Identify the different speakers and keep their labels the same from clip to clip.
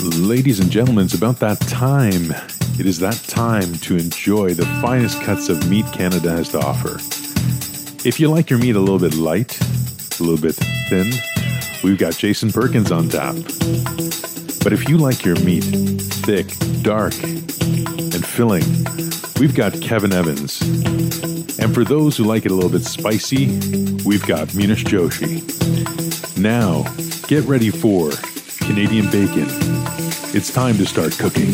Speaker 1: Ladies and gentlemen, it's about that time. It is that time to enjoy the finest cuts of meat Canada has to offer. If you like your meat a little bit light, a little bit thin, we've got Jason Perkins on tap. But if you like your meat thick, dark, and filling, we've got Kevin Evans. And for those who like it a little bit spicy, we've got Munish Joshi. Now, get ready for Canadian bacon. It's time to start cooking.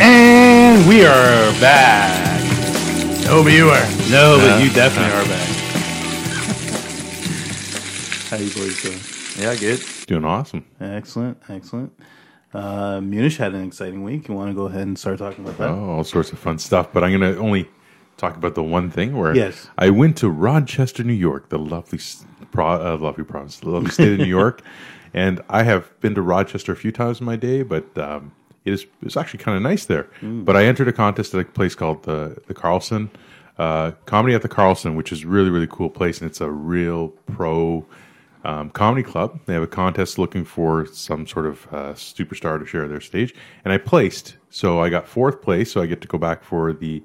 Speaker 2: And we are back.
Speaker 3: No, but you are.
Speaker 2: No,
Speaker 3: Uh,
Speaker 2: but you definitely are back. How you boys doing?
Speaker 3: Yeah, good.
Speaker 1: Doing awesome.
Speaker 2: Excellent, excellent. Uh, Munish had an exciting week. You want to go ahead and start talking about that?
Speaker 1: Oh, all sorts of fun stuff. But I'm going to only talk about the one thing where
Speaker 2: Yes.
Speaker 1: I went to Rochester, New York, the lovely, s- pro, uh, lovely province, the lovely state of New York. And I have been to Rochester a few times in my day, but um, it is it's actually kind of nice there. But I entered a contest at a place called the the Carlson uh, Comedy at the Carlson, which is really really cool place, and it's a real pro um, comedy club. They have a contest looking for some sort of uh, superstar to share their stage, and I placed. So I got fourth place, so I get to go back for the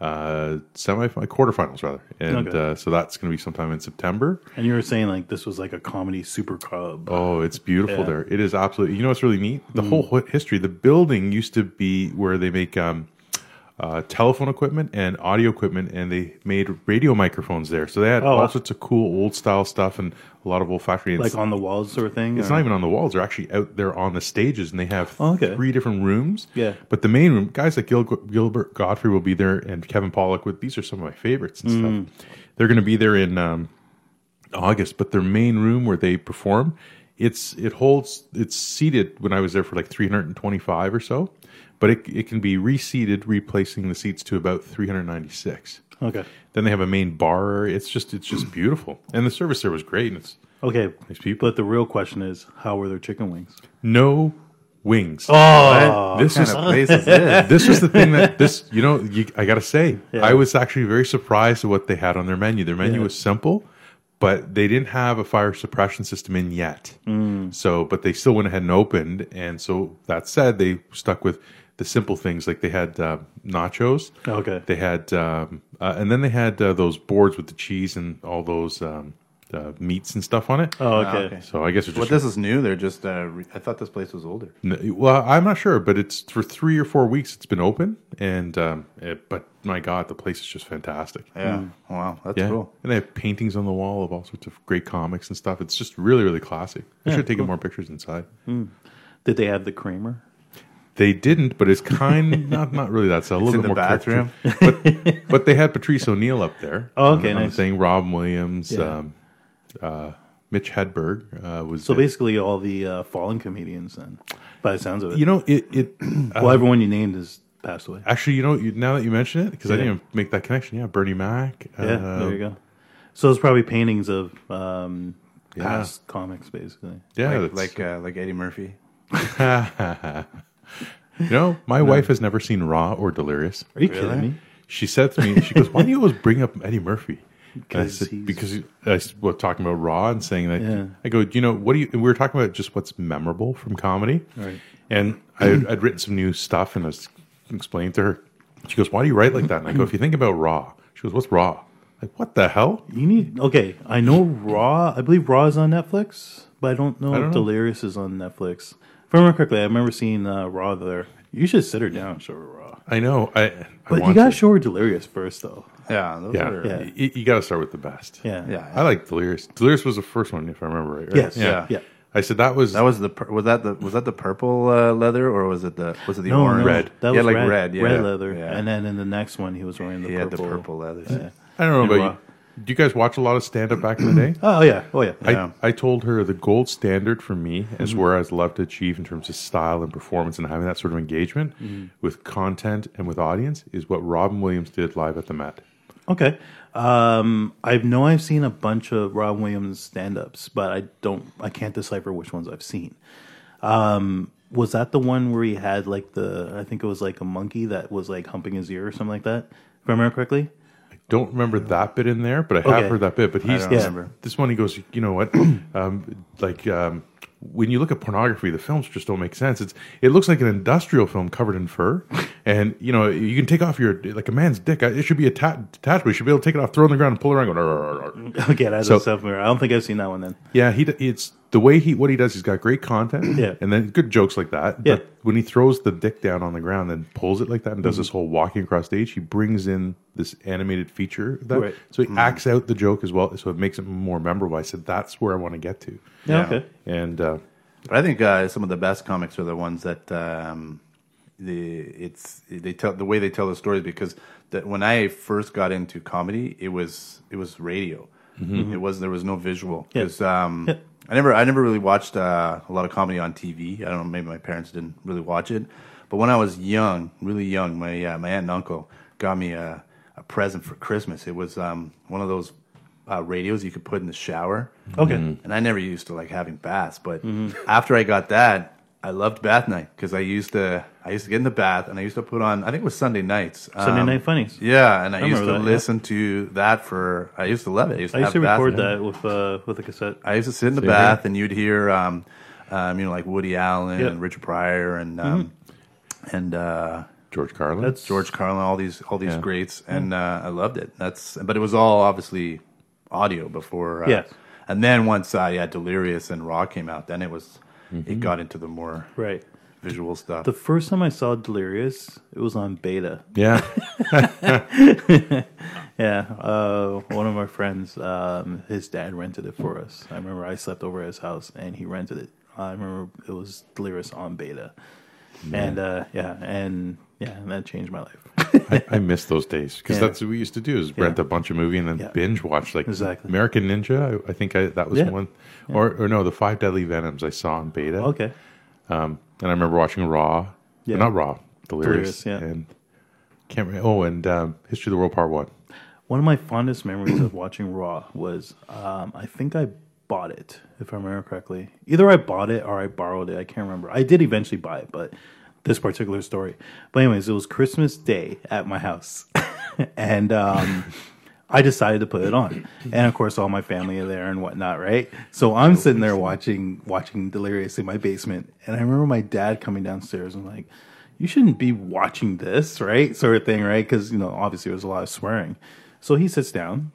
Speaker 1: uh, semi quarterfinals rather, and
Speaker 2: Okay.
Speaker 1: uh, so that's going to be sometime in September.
Speaker 2: And you were saying like this was like a comedy super club.
Speaker 1: Oh, it's beautiful
Speaker 2: Yeah. Mm.
Speaker 1: there. It is absolutely. You know what's really neat? The whole whole hi- history. The building used to be where they make um, uh, telephone equipment and audio equipment, and they made radio microphones there. So they had
Speaker 2: Oh,
Speaker 1: all
Speaker 2: wow.
Speaker 1: sorts of cool old style stuff and a lot of old factory. and
Speaker 2: like on the walls sort of thing.
Speaker 1: it's
Speaker 2: or-
Speaker 1: not even on the walls. They're actually out there on the stages, and they have
Speaker 2: Oh, okay.
Speaker 1: three different rooms.
Speaker 2: Yeah.
Speaker 1: But the main room, guys like Gil- Gilbert Godfrey will be there, and Kevin Pollock. With these are some of my favorites and
Speaker 2: Mm.
Speaker 1: stuff. They're going to be there in um, August, but their main room where they perform, it's it holds it's seated. When I was there for like 325 or so, but it it can be reseated, replacing the seats to about 396.
Speaker 2: okay.
Speaker 1: Then they have a main bar. area. It's just it's just beautiful, and the service there was great. And it's
Speaker 2: Okay.
Speaker 1: people.
Speaker 2: But the real question is, how were their chicken wings?
Speaker 1: no wings.
Speaker 2: Oh,
Speaker 1: this
Speaker 3: What
Speaker 1: is
Speaker 3: kind of place is this?
Speaker 1: this was the thing that this you know you, I gotta say I was actually very surprised at what they had on their menu. Their menu
Speaker 2: Yeah.
Speaker 1: was simple, but they didn't have a fire suppression system in yet.
Speaker 2: Mm.
Speaker 1: So, but they still went ahead and opened. And so that said, they stuck with the simple things like they had uh, nachos.
Speaker 2: Okay.
Speaker 1: They had, um, uh, and then they had uh, those boards with the cheese and all those um, uh, meats and stuff on it.
Speaker 2: Oh, okay.
Speaker 3: okay.
Speaker 1: So I guess it's
Speaker 3: What
Speaker 1: just
Speaker 3: this is new. They're just. Uh, re- I thought this place was older.
Speaker 1: N- Well, I'm not sure, but it's for three or four weeks. It's been open, and um, it, but my God, the place is just fantastic.
Speaker 2: Hmm.
Speaker 3: Yeah. Wow, that's
Speaker 1: Yeah,
Speaker 3: cool.
Speaker 1: and they have paintings on the wall of all sorts of great comics and stuff. It's just really, really classic. I should have taken more pictures inside.
Speaker 2: Did they have the creamer?
Speaker 1: They didn't, but it's kind not not really that. So a little
Speaker 3: in
Speaker 1: bit
Speaker 3: the
Speaker 1: more
Speaker 3: bathroom.
Speaker 1: caricature. But, but they had Patrice O'Neill up there.
Speaker 2: Oh, okay,
Speaker 1: on, on the
Speaker 2: nice.
Speaker 1: thing Rob Williams,
Speaker 2: Yeah.
Speaker 1: um, uh, Mitch Hedberg uh, was
Speaker 2: So
Speaker 1: there.
Speaker 2: basically, all the uh, fallen comedians, then, by the sounds of it.
Speaker 1: You know, it, it uh,
Speaker 2: well, everyone you named has passed away.
Speaker 1: actually, you know, you, now that you mention it, because I
Speaker 2: Yeah.
Speaker 1: didn't even make that connection. Yeah, Bernie Mac. uh,
Speaker 2: yeah, there you go. So it's probably paintings of um,
Speaker 1: Yeah.
Speaker 2: past comics, basically.
Speaker 1: Yeah,
Speaker 3: like
Speaker 1: that's-
Speaker 3: like, uh, like Eddie Murphy.
Speaker 1: you know, my wife has never seen Raw or Delirious.
Speaker 2: Are you
Speaker 3: Really?
Speaker 2: kidding me?
Speaker 1: She said to me, she goes, "Why do you always bring up Eddie Murphy?" And I
Speaker 2: 'Cause
Speaker 1: said,
Speaker 2: he's-
Speaker 1: because he- I s- well, talking about Raw and saying that.
Speaker 2: Yeah.
Speaker 1: I go, "Do you know what do you? And we were talking about just what's memorable from comedy,
Speaker 2: Right.
Speaker 1: and I, I'd written some new stuff and I was explaining to her. She goes, "Why do you write like that?" And I go, "If you think about Raw," she goes, "What's Raw?" Like, what the hell?
Speaker 2: You need okay. I know Raw. I believe Raw is on Netflix, but I don't know
Speaker 1: don't
Speaker 2: if
Speaker 1: know.
Speaker 2: Delirious is on Netflix. If I remember correctly, I remember seeing uh, Raw there. You should sit her down and show her Raw.
Speaker 1: I know. I, I
Speaker 2: But you
Speaker 1: want
Speaker 2: gotta
Speaker 1: to.
Speaker 2: show her Delirious first, though.
Speaker 3: Yeah. Those
Speaker 1: Yeah,
Speaker 3: Are,
Speaker 2: Yeah.
Speaker 1: Y- you, got to start with the best.
Speaker 2: Yeah,
Speaker 3: yeah.
Speaker 1: I like Delirious. Delirious was the first one, if I remember right. right?
Speaker 2: Yes.
Speaker 3: Yeah.
Speaker 2: Yeah.
Speaker 1: I said that was
Speaker 3: That was the pur- was that the was that the purple uh, leather or was it the was it the
Speaker 2: No,
Speaker 3: orange
Speaker 2: no, That
Speaker 3: yeah,
Speaker 2: was
Speaker 3: like
Speaker 2: red,
Speaker 3: red,
Speaker 2: red,
Speaker 3: yeah.
Speaker 2: leather,
Speaker 3: Yeah.
Speaker 2: and then in the next one, he was wearing the
Speaker 3: he had the
Speaker 2: purple.
Speaker 3: purple leathers.
Speaker 2: Yeah.
Speaker 1: I don't know
Speaker 2: And
Speaker 1: about you. Do you guys watch a lot of stand up back in the day?
Speaker 2: Oh yeah, oh yeah.
Speaker 3: Yeah.
Speaker 1: I, I told her the gold standard for me is where I was love to achieve in terms of style and performance and having that sort of engagement with content and with audience is what Robin Williams did live at the Met.
Speaker 2: Okay. Um, I know I've seen a bunch of Rob Williams stand ups, but I don't I can't decipher which ones I've seen. Um, was that the one where he had like the I think it was like a monkey that was like humping his ear or something like that. If I remember correctly.
Speaker 1: Don't remember that bit in there, but I have
Speaker 2: Okay.
Speaker 1: heard that bit. But he's
Speaker 2: don't remember.
Speaker 1: this one. He goes, you know what? um, like um, when you look at pornography, the films just don't make sense. It's it looks like an industrial film covered in fur, and you know you can take off your like a man's dick. It should be atta- attached, but you should be able to take it off, throw it on the ground, and pull it around. Going, "Arr, arr, arr."
Speaker 3: Mm-hmm.
Speaker 2: Okay, that's
Speaker 1: So-
Speaker 2: so, I don't think I've seen that one then.
Speaker 1: yeah, he d- it's the way he what he does. He's got great content,
Speaker 2: Yeah.
Speaker 1: and then good jokes like that.
Speaker 2: Yeah.
Speaker 1: But when he throws the dick down on the ground and pulls it like that and
Speaker 2: Mm-hmm.
Speaker 1: does this whole walking across stage, he brings in this animated feature of that
Speaker 2: Right.
Speaker 1: so he acts out the joke as well, so it makes it more memorable. I said that's where I want to get to,
Speaker 2: Yeah.
Speaker 3: Yeah.
Speaker 2: Okay.
Speaker 1: and uh,
Speaker 3: But I think uh, some of the best comics are the ones that um, the it's they tell the way they tell the stories because that when I first got into comedy, it was it was radio. It was there was no visual. 'Cause, um, I never I never really watched uh, a lot of comedy on TV. I don't know maybe my parents didn't really watch it, but when I was young, really young, my uh, my aunt and uncle got me a, a present for Christmas. It was um, one of those uh, radios you could put in the shower.
Speaker 2: Okay.
Speaker 3: And I never used to like having baths, but
Speaker 2: Mm-hmm.
Speaker 3: after I got that, I loved bath night because I used to I used to get in the bath and I used to put on I think it was Sunday nights.
Speaker 2: Sunday
Speaker 3: um,
Speaker 2: Night Funnies.
Speaker 3: Yeah, and I, used to
Speaker 2: remember that, yeah.
Speaker 3: listen to that for I used to love it. I used to,
Speaker 2: I used
Speaker 3: have
Speaker 2: to
Speaker 3: bath
Speaker 2: record
Speaker 3: night.
Speaker 2: that with uh, with a cassette.
Speaker 3: I used to sit in the
Speaker 1: Same
Speaker 3: bath and you'd hear um, um, you know like Woody Allen
Speaker 2: Yeah.
Speaker 3: and Richard Pryor and
Speaker 2: Mm-hmm.
Speaker 3: um, and uh,
Speaker 1: George Carlin.
Speaker 2: That's
Speaker 3: George Carlin, all these all these
Speaker 1: Yeah.
Speaker 3: greats, and uh, I loved it. That's but it was all obviously audio before. Uh,
Speaker 2: Yes.
Speaker 3: And then once uh, yeah, Delirious and Raw came out, then it was it got into the more
Speaker 2: right.
Speaker 3: visual stuff.
Speaker 2: Mm-hmm. The first time I saw Delirious, it was on Beta.
Speaker 1: yeah,
Speaker 2: Yeah, uh, one of my friends, um, his dad rented it for us. I remember I slept over at his house and he rented it. I remember it was Delirious on Beta, and uh, yeah, and yeah, and that changed my life.
Speaker 1: I, I miss those days because
Speaker 2: Yeah.
Speaker 1: that's what we used to do: is rent a bunch of movie and then
Speaker 2: Yeah.
Speaker 1: binge watch. Like
Speaker 2: Exactly.
Speaker 1: American Ninja, I, I think I, that was
Speaker 2: Yeah.
Speaker 1: one, or or no, the Five Deadly Venoms I saw on beta.
Speaker 2: okay,
Speaker 1: and I remember watching Raw,
Speaker 2: Yeah.
Speaker 1: not Raw, Delirious,
Speaker 2: Delirious, yeah.
Speaker 1: and can't remember. Oh, and um, History of the World Part One.
Speaker 2: one of my fondest memories of watching Raw was um, I think I bought it, if I remember correctly. Either I bought it or I borrowed it. I can't remember. I did eventually buy it, but this particular story. But anyways, it was Christmas Day at my house, and um, I decided to put it on, and of course all my family are there and whatnot, right? So I'm sitting there watching watching Delirious in my basement, and I remember my dad coming downstairs and like. You shouldn't be watching this, right? Sort of thing, right? Because, you know, obviously there was a lot of swearing. So he sits down,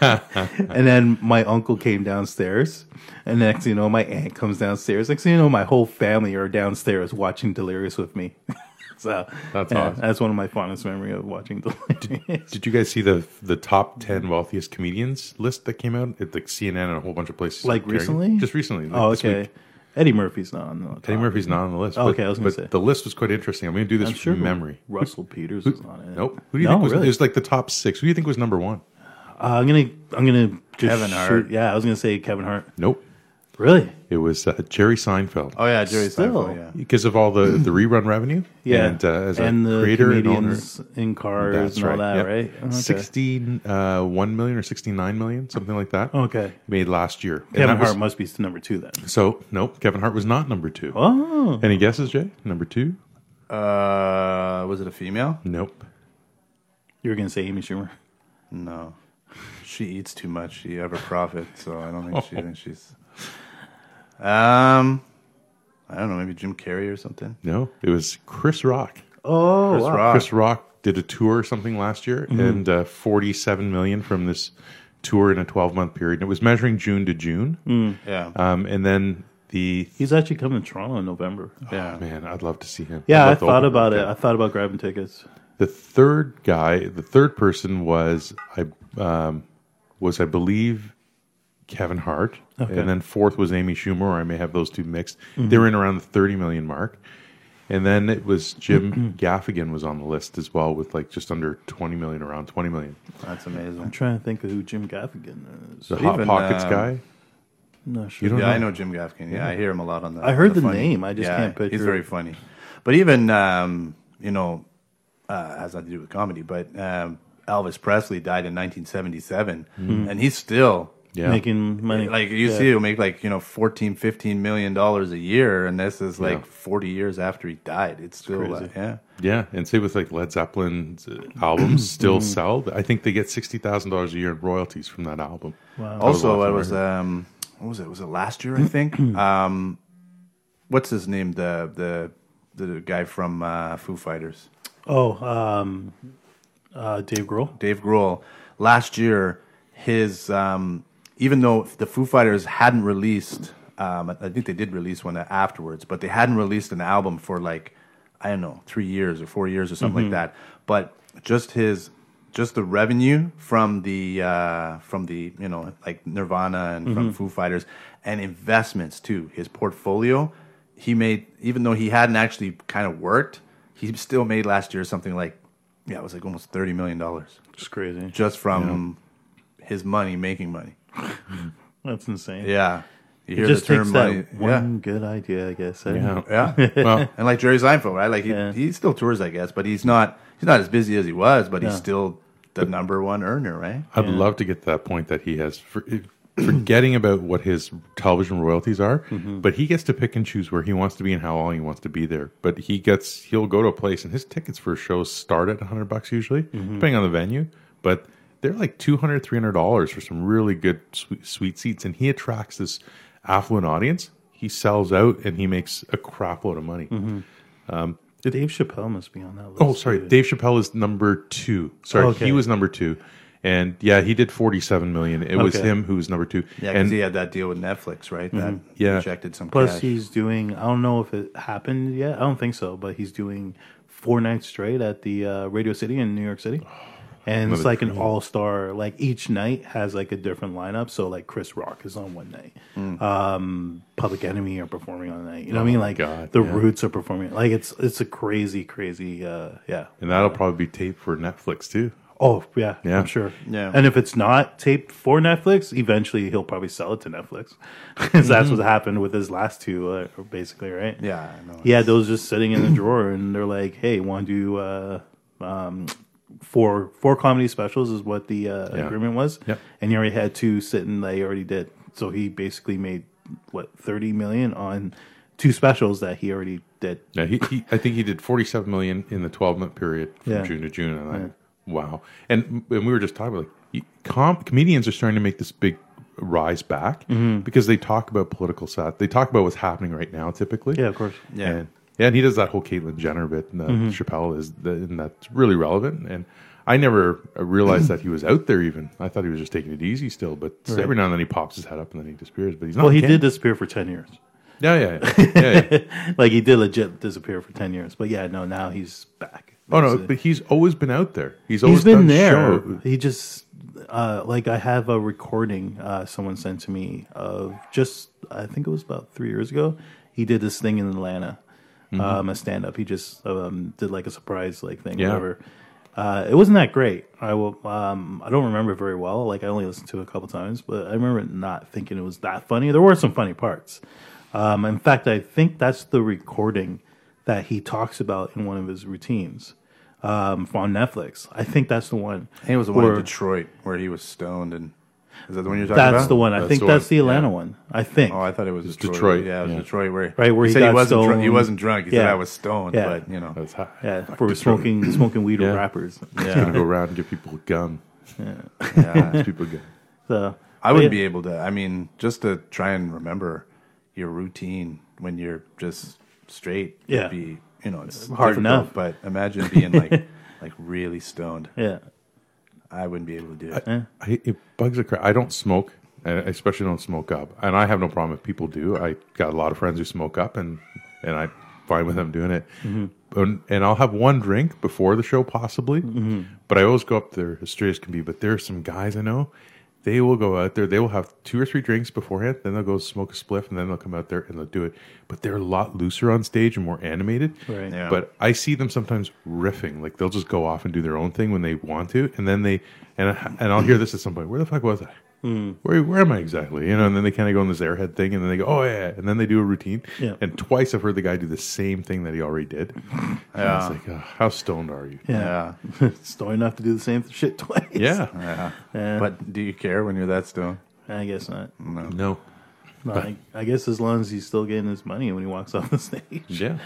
Speaker 2: and then my uncle came downstairs. And next, thing you know, my aunt comes downstairs. Next, thing you know, my whole family are downstairs watching Delirious with me. so
Speaker 1: That's awesome.
Speaker 2: That's one of my fondest memory of watching Delirious.
Speaker 1: Did you guys see the the top ten wealthiest comedians list that came out at like CNN and a whole bunch of places?
Speaker 2: Like
Speaker 1: carrying it?
Speaker 2: recently?
Speaker 1: just recently. like
Speaker 2: oh,
Speaker 1: this week.
Speaker 2: okay. Eddie Murphy's not on the top.
Speaker 1: Eddie Murphy's not on the list.
Speaker 2: Oh,
Speaker 1: but-
Speaker 2: okay, I was gonna
Speaker 1: but
Speaker 2: say.
Speaker 1: the list was quite interesting. I'm going to do this
Speaker 2: I'm
Speaker 1: from
Speaker 2: sure
Speaker 1: memory.
Speaker 2: Russell Peters is on it.
Speaker 1: Nope. Who do you
Speaker 2: No,
Speaker 1: think was?
Speaker 2: really?
Speaker 1: It was like the top six. Who do you think was number one?
Speaker 2: Uh, I'm gonna. I'm gonna. Just
Speaker 3: Kevin
Speaker 2: shoot-
Speaker 3: Hart.
Speaker 2: Yeah, I was gonna say Kevin Hart.
Speaker 1: Nope.
Speaker 2: Really?
Speaker 1: It was uh, Jerry Seinfeld.
Speaker 3: oh yeah, Jerry
Speaker 2: Still.
Speaker 3: Seinfeld. Yeah.
Speaker 1: Because of all the, the rerun revenue,
Speaker 2: Yeah.
Speaker 1: and uh, as
Speaker 2: And
Speaker 1: a
Speaker 2: the
Speaker 1: creator and owner,
Speaker 2: comedians in cars and all that,
Speaker 1: Yep.
Speaker 2: right? Oh, Okay.
Speaker 1: 16, uh, 1 million or 69 million, something like that.
Speaker 2: Okay.
Speaker 1: Made last year. And
Speaker 2: Oh. Kevin
Speaker 1: that was-
Speaker 2: Hart must be number two then.
Speaker 1: So, nope, Kevin Hart was not number two.
Speaker 2: Oh,
Speaker 1: Any guesses, Jay? Number two?
Speaker 3: Uh, was it a female?
Speaker 1: Nope.
Speaker 2: you were gonna say Amy Schumer.
Speaker 3: No, she eats too much. She ever profit, so I don't think she thinks she's. Um, I don't know. Maybe Jim Carrey or something.
Speaker 1: No, it was Chris Rock.
Speaker 2: Oh,
Speaker 3: Chris Rock.
Speaker 1: Chris Rock did a tour or something last year
Speaker 2: Mm-hmm.
Speaker 1: and uh, 47 million from this tour in a 12 month period. And it was measuring June to June.
Speaker 2: Mm.
Speaker 3: Yeah.
Speaker 2: Uh,
Speaker 1: Um, and then the.
Speaker 2: he's actually coming to Toronto in November.
Speaker 3: yeah.
Speaker 1: Man, I'd love to see him. I'd
Speaker 2: Yeah,
Speaker 1: love
Speaker 2: I
Speaker 1: to open
Speaker 2: thought about it.
Speaker 1: up.
Speaker 2: I thought about grabbing tickets.
Speaker 1: The third guy, the third person was I um, was I believe Kevin Hart, and then fourth was Amy Schumer, or I may have those two mixed.
Speaker 3: Mm-hmm.
Speaker 1: They were in around the thirty million mark, and then it was
Speaker 3: Mm-hmm.
Speaker 1: Jim Gaffigan was on the list as well with like just under twenty million, around twenty million.
Speaker 3: That's amazing.
Speaker 2: I'm trying to think of who Jim Gaffigan is.
Speaker 1: The Hot
Speaker 3: even,
Speaker 1: Pockets
Speaker 3: um,
Speaker 1: guy.
Speaker 2: I'm not sure.
Speaker 1: You don't
Speaker 3: Yeah, I
Speaker 1: know.
Speaker 3: know Jim Gaffigan. Yeah, I hear him a lot on the.
Speaker 2: I heard
Speaker 3: on
Speaker 2: the
Speaker 3: funny.
Speaker 2: name, I just can't
Speaker 3: He's
Speaker 2: picture-
Speaker 3: very funny, but even um, you know, uh, has nothing to do with comedy. But um, Elvis Presley died in 1977, and he's still
Speaker 1: Yeah.
Speaker 2: making money.
Speaker 3: Like you
Speaker 2: Hmm. Yeah.
Speaker 3: see, he'll make like you know 14, 15 million dollars a year, and this is like
Speaker 1: Yeah.
Speaker 3: forty years after he died. It's still
Speaker 2: crazy.
Speaker 3: like, yeah.
Speaker 1: Yeah, and say with like Led Zeppelin's uh, albums
Speaker 3: Mm-hmm.
Speaker 1: still sell. I think they get sixty thousand dollars a year in royalties from that album.
Speaker 2: Wow.
Speaker 3: Also,
Speaker 1: awesome,
Speaker 3: I was um, what was it? Was it last year? I think. um, what's his name? The the the guy from uh, Foo Fighters.
Speaker 2: Oh, um, uh, Dave Grohl.
Speaker 3: Dave Grohl last year. His um, even though the Foo Fighters hadn't released, um, I think they did release one afterwards, but they hadn't released an album for like I don't know three years or four years or something like that. But just his just the revenue from the uh, from the you know like Nirvana and from Foo Fighters and investments too. His portfolio he made even though he hadn't actually kind of worked, he still made last year something like yeah it was like almost thirty million dollars
Speaker 2: It's crazy.
Speaker 3: just from his money making money.
Speaker 2: That's insane.
Speaker 3: Yeah. You hear
Speaker 2: It just
Speaker 3: the
Speaker 2: takes
Speaker 3: term
Speaker 2: that
Speaker 3: money.
Speaker 2: one good idea, I guess. eh?
Speaker 1: Yeah.
Speaker 3: Yeah. Yeah.
Speaker 1: Well,
Speaker 3: and like Jerry Seinfeld, right? Like he,
Speaker 2: Yeah.
Speaker 3: he still tours, I guess, but he's not he's not as busy as he was, but
Speaker 2: Yeah.
Speaker 3: he's still the number one earner, right?
Speaker 1: I'd love to get to that point that he has for, forgetting about what his television royalties are, but he gets to pick and choose where he wants to be and how long he wants to be there. But he gets he'll go to a place and his tickets for shows start at 100 bucks usually, depending on the venue, but they're like 200 300 dollars for some really good sweet, sweet seats and he attracts this affluent audience. He sells out and he makes a crap load of money.
Speaker 2: Dave Chappelle must be on that list.
Speaker 1: Oh, sorry.
Speaker 2: too.
Speaker 1: Dave Chappelle is number two. Sorry,
Speaker 2: Okay.
Speaker 1: he was number two, and yeah, he did forty-seven million. It was
Speaker 2: Okay.
Speaker 1: him who was number two.
Speaker 3: Yeah, because
Speaker 1: and
Speaker 3: he had that deal with Netflix, right? That
Speaker 1: Yeah.
Speaker 3: injected some
Speaker 2: Mm-hmm. Plus,
Speaker 3: cash.
Speaker 2: he's doing. I don't know if it happened yet. I don't think so, but he's doing four nights straight at the uh, Radio City in New York
Speaker 1: Oh,
Speaker 2: City, and it's
Speaker 1: another
Speaker 2: like an all star. Like each night has like a different lineup. So like Chris Rock is on one night,
Speaker 1: Mm.
Speaker 2: um, Public Enemy are performing on the night. You know what I mean? Like
Speaker 1: Oh, God,
Speaker 2: the
Speaker 1: yeah.
Speaker 2: Roots are performing. Like it's it's a crazy, crazy. Uh, yeah.
Speaker 1: and that'll probably be taped for Netflix too.
Speaker 2: Oh yeah,
Speaker 1: Yeah.
Speaker 2: I'm sure.
Speaker 3: Yeah.
Speaker 2: and if it's not taped for Netflix, eventually he'll probably sell it to Netflix. 'Cause that's
Speaker 1: Mm-hmm.
Speaker 2: what happened with his last two, uh, basically, right?
Speaker 3: yeah, I know.
Speaker 2: he had those just sitting in the drawer, and they're like, "Hey, want to do uh, um, four four comedy specials?" Is what the uh,
Speaker 1: Yeah.
Speaker 2: agreement was.
Speaker 1: Yep.
Speaker 2: And he already had two sitting that he already did, so he basically made what thirty million on two specials that he already did.
Speaker 1: Yeah, he, he I think he did forty-seven million in the twelve-month period from
Speaker 2: Yeah.
Speaker 1: June to June. And I, wow, and and we were just talking about like you- com- comedians are starting to make this big rise back
Speaker 2: Mm-hmm.
Speaker 1: because they talk about political sat. They talk about what's happening right now, typically.
Speaker 2: Yeah, Mm-hmm. of course.
Speaker 3: Yeah.
Speaker 1: And, yeah, and he does that whole Caitlyn Jenner bit, and uh, Chappelle is, the, and that's really relevant. And I never uh, realized that he was out there. Even I thought he was just taking it easy still. But every now and then he pops his head up and then he disappears. But he's not.
Speaker 2: Well, he
Speaker 1: Yeah.
Speaker 2: did disappear for ten years.
Speaker 1: Yeah, yeah, yeah. yeah, yeah.
Speaker 2: like he did legit disappear for ten years, but yeah, no, now he's back.
Speaker 1: oh no,
Speaker 2: It's, uh,
Speaker 1: but he's always been out there. He's always
Speaker 2: he's
Speaker 1: done
Speaker 2: been there.
Speaker 1: show-
Speaker 2: He just uh, like I have a recording uh, someone sent to me of just I think it was about three years ago. He did this thing in Atlanta,
Speaker 1: Mm-hmm.
Speaker 2: um, a stand up. He just um, did like a surprise like thing,
Speaker 1: Yeah.
Speaker 2: whatever. Uh, it wasn't that great. I will. Um, I don't remember it very well. Like I only listened to it a couple times, but I remember not thinking it was that funny. There were some funny parts. Um, in fact, I think that's the recording that he talks about in one of his routines um, on Netflix. I think that's the one.
Speaker 3: I think it was the one
Speaker 2: Or-
Speaker 3: in Detroit where he was stoned and is that the one you're talking about?
Speaker 2: That's the one. I
Speaker 1: That's
Speaker 2: think
Speaker 1: the
Speaker 2: that's
Speaker 1: one,
Speaker 2: the Atlanta one. I think.
Speaker 3: Oh, I thought it was Detroit.
Speaker 1: Detroit,
Speaker 3: Yeah, it was
Speaker 1: yeah.
Speaker 3: Detroit where
Speaker 2: Right, where he
Speaker 3: said
Speaker 2: got
Speaker 3: he wasn't drunk. He
Speaker 2: stoned.
Speaker 3: wasn't drunk. He said
Speaker 2: Yeah.
Speaker 3: I was stoned,
Speaker 2: Yeah.
Speaker 3: but you know.
Speaker 1: That's hot.
Speaker 2: yeah, for smoking smoking weed with
Speaker 1: Yeah.
Speaker 2: rappers.
Speaker 1: He's gonna go around and give people gum.
Speaker 3: yeah.
Speaker 1: Give people gum.
Speaker 2: So
Speaker 3: I wouldn't
Speaker 2: yeah.
Speaker 3: be able to. I mean, just to try and remember your routine when you're just straight. would
Speaker 2: Yeah.
Speaker 3: be you know it's
Speaker 2: Hard
Speaker 3: difficult,
Speaker 2: enough.
Speaker 3: But imagine being like like really stoned.
Speaker 2: yeah.
Speaker 3: I wouldn't be able to do it.
Speaker 2: Uh,
Speaker 1: I, it bugs the crap. I don't smoke, and I especially don't smoke up. And I have no problem if people do. I got a lot of friends who smoke up, and and I'm fine with them doing it. And, and I'll have one drink before the show, possibly. But I always go up there as straight as can be. But there are some guys I know. They will go out there. They will have two or three drinks beforehand. Then they'll go smoke a spliff, and then they'll come out there and they'll do it. But they're a lot looser on stage and more animated.
Speaker 2: Right.
Speaker 3: Yeah.
Speaker 1: But I see them sometimes riffing, like they'll just go off and do their own thing when they want to, and then they and I, and I'll hear this at some point. Where the fuck was I?
Speaker 2: Hmm.
Speaker 1: Where where am I exactly? You know, and then they kind of go on this airhead thing, and then they go, oh yeah, and then they do a routine.
Speaker 2: Yeah.
Speaker 1: And twice I've heard the guy do the same thing that he already did. Yeah. It's like, oh, how stoned are you?
Speaker 2: Yeah.
Speaker 3: Yeah.
Speaker 2: Stoned enough to do the same shit twice.
Speaker 1: Yeah.
Speaker 3: But do you care when you're that stoned?
Speaker 2: I guess not.
Speaker 3: Mm.
Speaker 1: No.
Speaker 2: No, I, I guess as long as he's still getting his money when he walks off the stage,
Speaker 1: Yeah.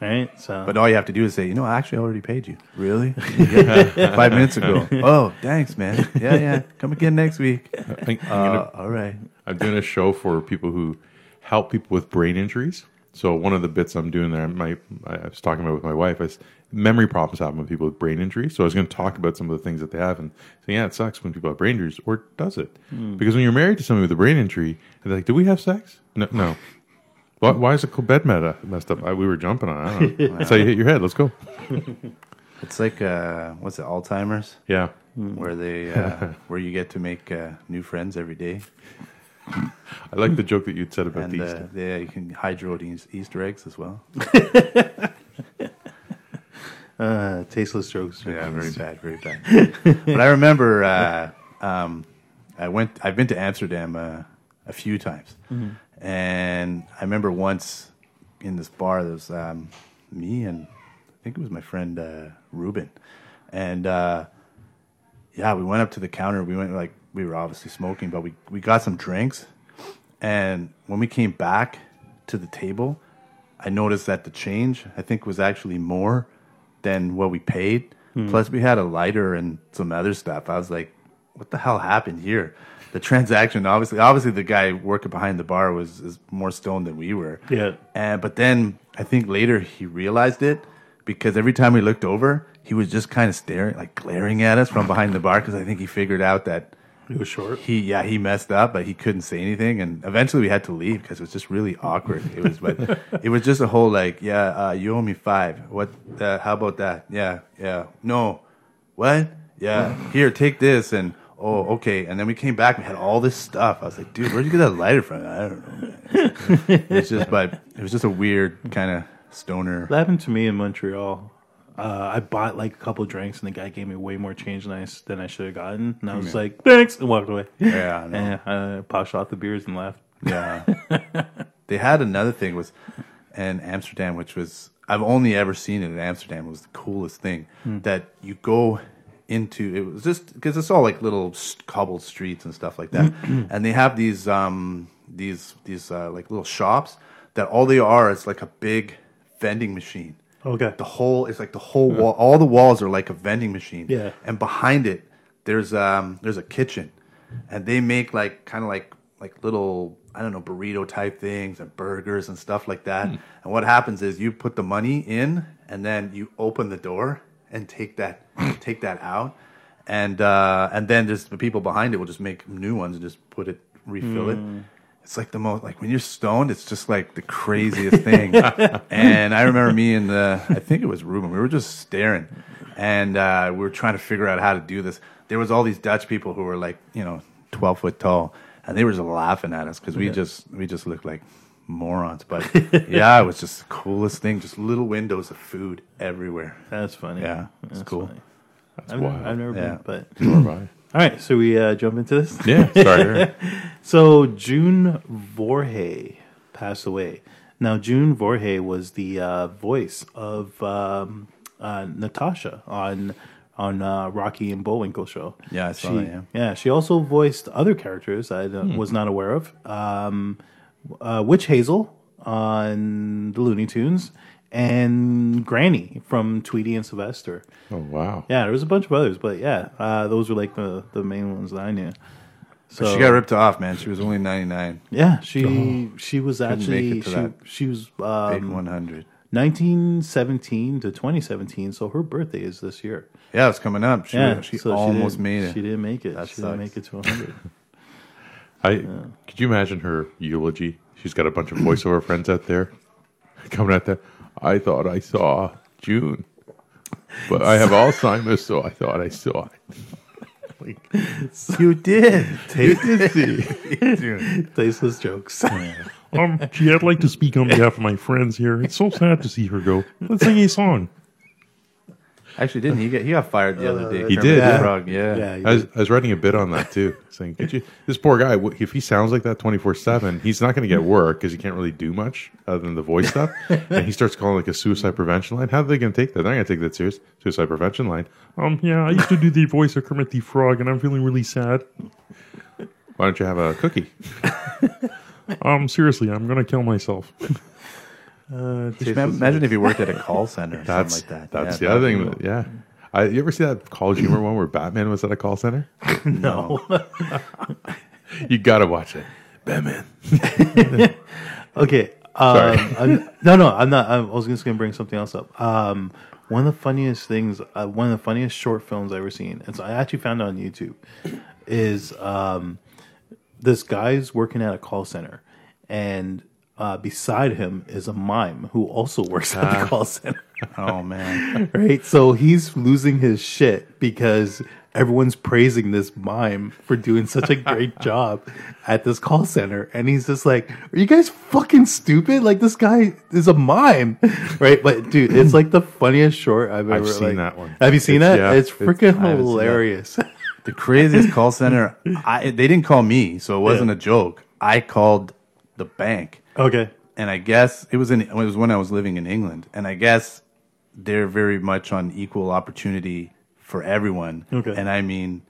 Speaker 2: right? So,
Speaker 3: But all you have to do is say, you know, I actually already paid you. Really? Yeah. Five minutes ago. Oh, thanks, man. Yeah, yeah. Come again next week.
Speaker 1: I, am
Speaker 3: Uh, all right.
Speaker 1: I'm doing a show for people who help people with brain injuries. So one of the bits I'm doing there, my I I was talking about with my wife is memory problems happen with people with brain injuries. So I was going to talk about some of the things that they have, and so yeah, it sucks when people have brain injuries, or does it? Because when you're married to somebody with a brain injury, they're like, "Did we have sex? No, no. why, why is the bed meta messed up? I, we were jumping on. it. I don't know. That's how you hit your head. Let's go.
Speaker 3: It's like uh, what's it, Alzheimer's,
Speaker 1: Yeah,
Speaker 2: Hmm.
Speaker 3: where they uh, where you get to make uh, new friends every day,
Speaker 1: I like the joke that you'd said about
Speaker 3: and
Speaker 1: these.
Speaker 3: uh, yeah, you can hide your own Eas- Easter eggs as well.
Speaker 2: uh, tasteless jokes.
Speaker 3: Yeah, very bad, very bad. but I remember uh, um, I went. I've been to Amsterdam uh, a few times, Mm-hmm. and I remember once in this bar there was um, me and I think it was my friend uh, Ruben, and uh, yeah, we went up to the counter. We went like we were obviously smoking, but we we got some drinks, and when we came back to the table, I noticed that the change I think was actually more than what we paid. Plus, we had a lighter and some other stuff. I was like, "What the hell happened here?" The transaction, obviously, obviously, the guy working behind the bar was is more stoned than we were.
Speaker 2: Yeah.
Speaker 3: And but then I think later he realized it because every time we looked over, he was just kind of staring, like glaring at us from behind the bar. Because I think he figured out that
Speaker 2: It was short.
Speaker 3: he yeah he messed up but he couldn't say anything and eventually we had to leave because it was just really awkward it was but it was just a whole like yeah uh, you owe me five what uh, how about that yeah yeah no what yeah here take this and oh okay and then we came back we had all this stuff i was like dude where'd you get that lighter from i don't know man. it was just but it was just a weird kind of stoner
Speaker 2: That happened to me in Montreal. Uh, I bought like a couple drinks, and the guy gave me way more change than I s- than I should have gotten, and I was like, "Thanks," and walked away.
Speaker 3: Yeah, I know.
Speaker 2: and I poshed off the beers and left.
Speaker 3: Yeah. they had another thing was in Amsterdam, which was I've only ever seen it in Amsterdam. It was the coolest thing that you go into. It was just because it's all like little s- cobbled streets and stuff like that, and they have these um these these uh, like little shops that all they are is like a big vending machine.
Speaker 2: Okay.
Speaker 3: The whole it's like the whole wall. All the walls are like a vending machine.
Speaker 2: Yeah.
Speaker 3: And behind it, there's um there's a kitchen, and they make like kind of like like little I don't know burrito type things and burgers and stuff like that. And what happens is you put the money in, and then you open the door and take that take that out, and uh, and then there's the people behind it will just make new ones and just put it refill it. It's like the most like when you're stoned, it's just like the craziest thing. and I remember me and the I think it was Ruben. We were just staring, and uh, we were trying to figure out how to do this. There was all these Dutch people who were like you know twelve foot tall, and they were just laughing at us because we just we just looked like morons. But yeah, it was just the coolest thing. Just little windows of food everywhere.
Speaker 2: That's funny.
Speaker 3: Yeah, it's
Speaker 2: that's
Speaker 3: cool.
Speaker 2: funny. I've,
Speaker 1: wild.
Speaker 2: I've never
Speaker 3: Yeah.
Speaker 2: been, but
Speaker 1: Bye-bye.
Speaker 2: all right. So we uh, jump into this.
Speaker 1: yeah, sorry.
Speaker 2: So June Voorhe passed away. Now June Voorhe was the uh, voice of um, uh, Natasha on on uh, Rocky and Bullwinkle show.
Speaker 3: Yeah, I saw
Speaker 2: she,
Speaker 3: that, yeah. Hmm.
Speaker 2: she also voiced other characters I uh, was not aware of. Um, uh, Witch Hazel on the Looney Tunes and Granny from Tweety and Sylvester.
Speaker 1: Oh wow.
Speaker 2: Yeah, there was a bunch of others, but yeah, uh, those were like the, the main ones that I knew. So
Speaker 3: She got ripped off, man. She was only ninety nine.
Speaker 2: yeah, she she was
Speaker 3: Oh, make
Speaker 2: actually
Speaker 3: it to
Speaker 2: she,
Speaker 3: that.
Speaker 2: she was
Speaker 3: Big
Speaker 2: um,
Speaker 3: 100.
Speaker 2: 1917 to 2017, so her birthday is this year.
Speaker 3: Yeah, it's coming up. She,
Speaker 2: yeah,
Speaker 3: she
Speaker 2: so
Speaker 3: almost
Speaker 2: didn't-
Speaker 3: made it.
Speaker 2: She didn't make it.
Speaker 3: That
Speaker 2: she didn't make
Speaker 3: sucks.
Speaker 2: it to 100.
Speaker 1: I could you imagine her eulogy? She's got a bunch of voiceover friends out there coming at that. I thought I saw June, but I have Alzheimer's, so I thought I saw it.
Speaker 3: You did.
Speaker 1: You did see.
Speaker 2: Tasteless jokes.
Speaker 1: Um, gee, I'd like to speak on behalf of my friends here. It's so sad to see her go. Let's sing a song.
Speaker 3: Actually, didn't he get? He got fired the other day.
Speaker 1: He did,
Speaker 3: Yeah.
Speaker 1: yeah.
Speaker 3: Frog, yeah.
Speaker 2: yeah, you-
Speaker 1: I was, I was writing a bit on that too, saying, could you, "This poor guy, wh- if he sounds like that twenty four seven, he's not going to get work because he can't really do much other than the voice stuff." and he starts calling like a suicide prevention line. How are they going to take that? They're not going to take that serious. Suicide prevention line. Um, yeah, I used to do the voice of Kermit the Frog, and I'm feeling really sad. Why don't you have a cookie? um, seriously, I'm gonna kill myself.
Speaker 3: Just ma- imagine if you worked at a call center or
Speaker 1: That's
Speaker 3: something like that.
Speaker 1: That's
Speaker 3: Yeah,
Speaker 1: the other
Speaker 3: that'd
Speaker 1: thing.
Speaker 3: be
Speaker 1: that- yeah, I, you ever see that College Humor one where Batman was at a call center?
Speaker 2: No.
Speaker 1: You gotta watch it. Batman.
Speaker 2: okay. Um, I'm- no, no, I'm not. I was just gonna bring something else up. Um, one of the funniest things, uh, one of the funniest short films I've ever seen, and so I actually found it on YouTube, is um, this guy's working at a call center, and uh, beside him is a mime who also works at the call center.
Speaker 3: cool. Oh man,
Speaker 2: Right. So he's losing his shit because everyone's praising this mime for doing such a great job at this call center. And he's just like, Are you guys fucking stupid? Like this guy is a mime. Right. But dude, it's like the funniest short I've ever
Speaker 1: seen
Speaker 2: like-
Speaker 1: that one.
Speaker 2: Have you seen
Speaker 1: It's-
Speaker 2: that?
Speaker 1: yeah,
Speaker 2: it's
Speaker 1: it's-
Speaker 2: freaking
Speaker 3: I haven't seen that.
Speaker 2: hilarious.
Speaker 3: the craziest call center. I, they didn't call me, so it wasn't a joke. I called the bank.
Speaker 2: okay.
Speaker 3: and I guess it was in it was when I was living in England, and I guess they're very much on equal opportunity for everyone,
Speaker 2: Okay.
Speaker 3: and I mean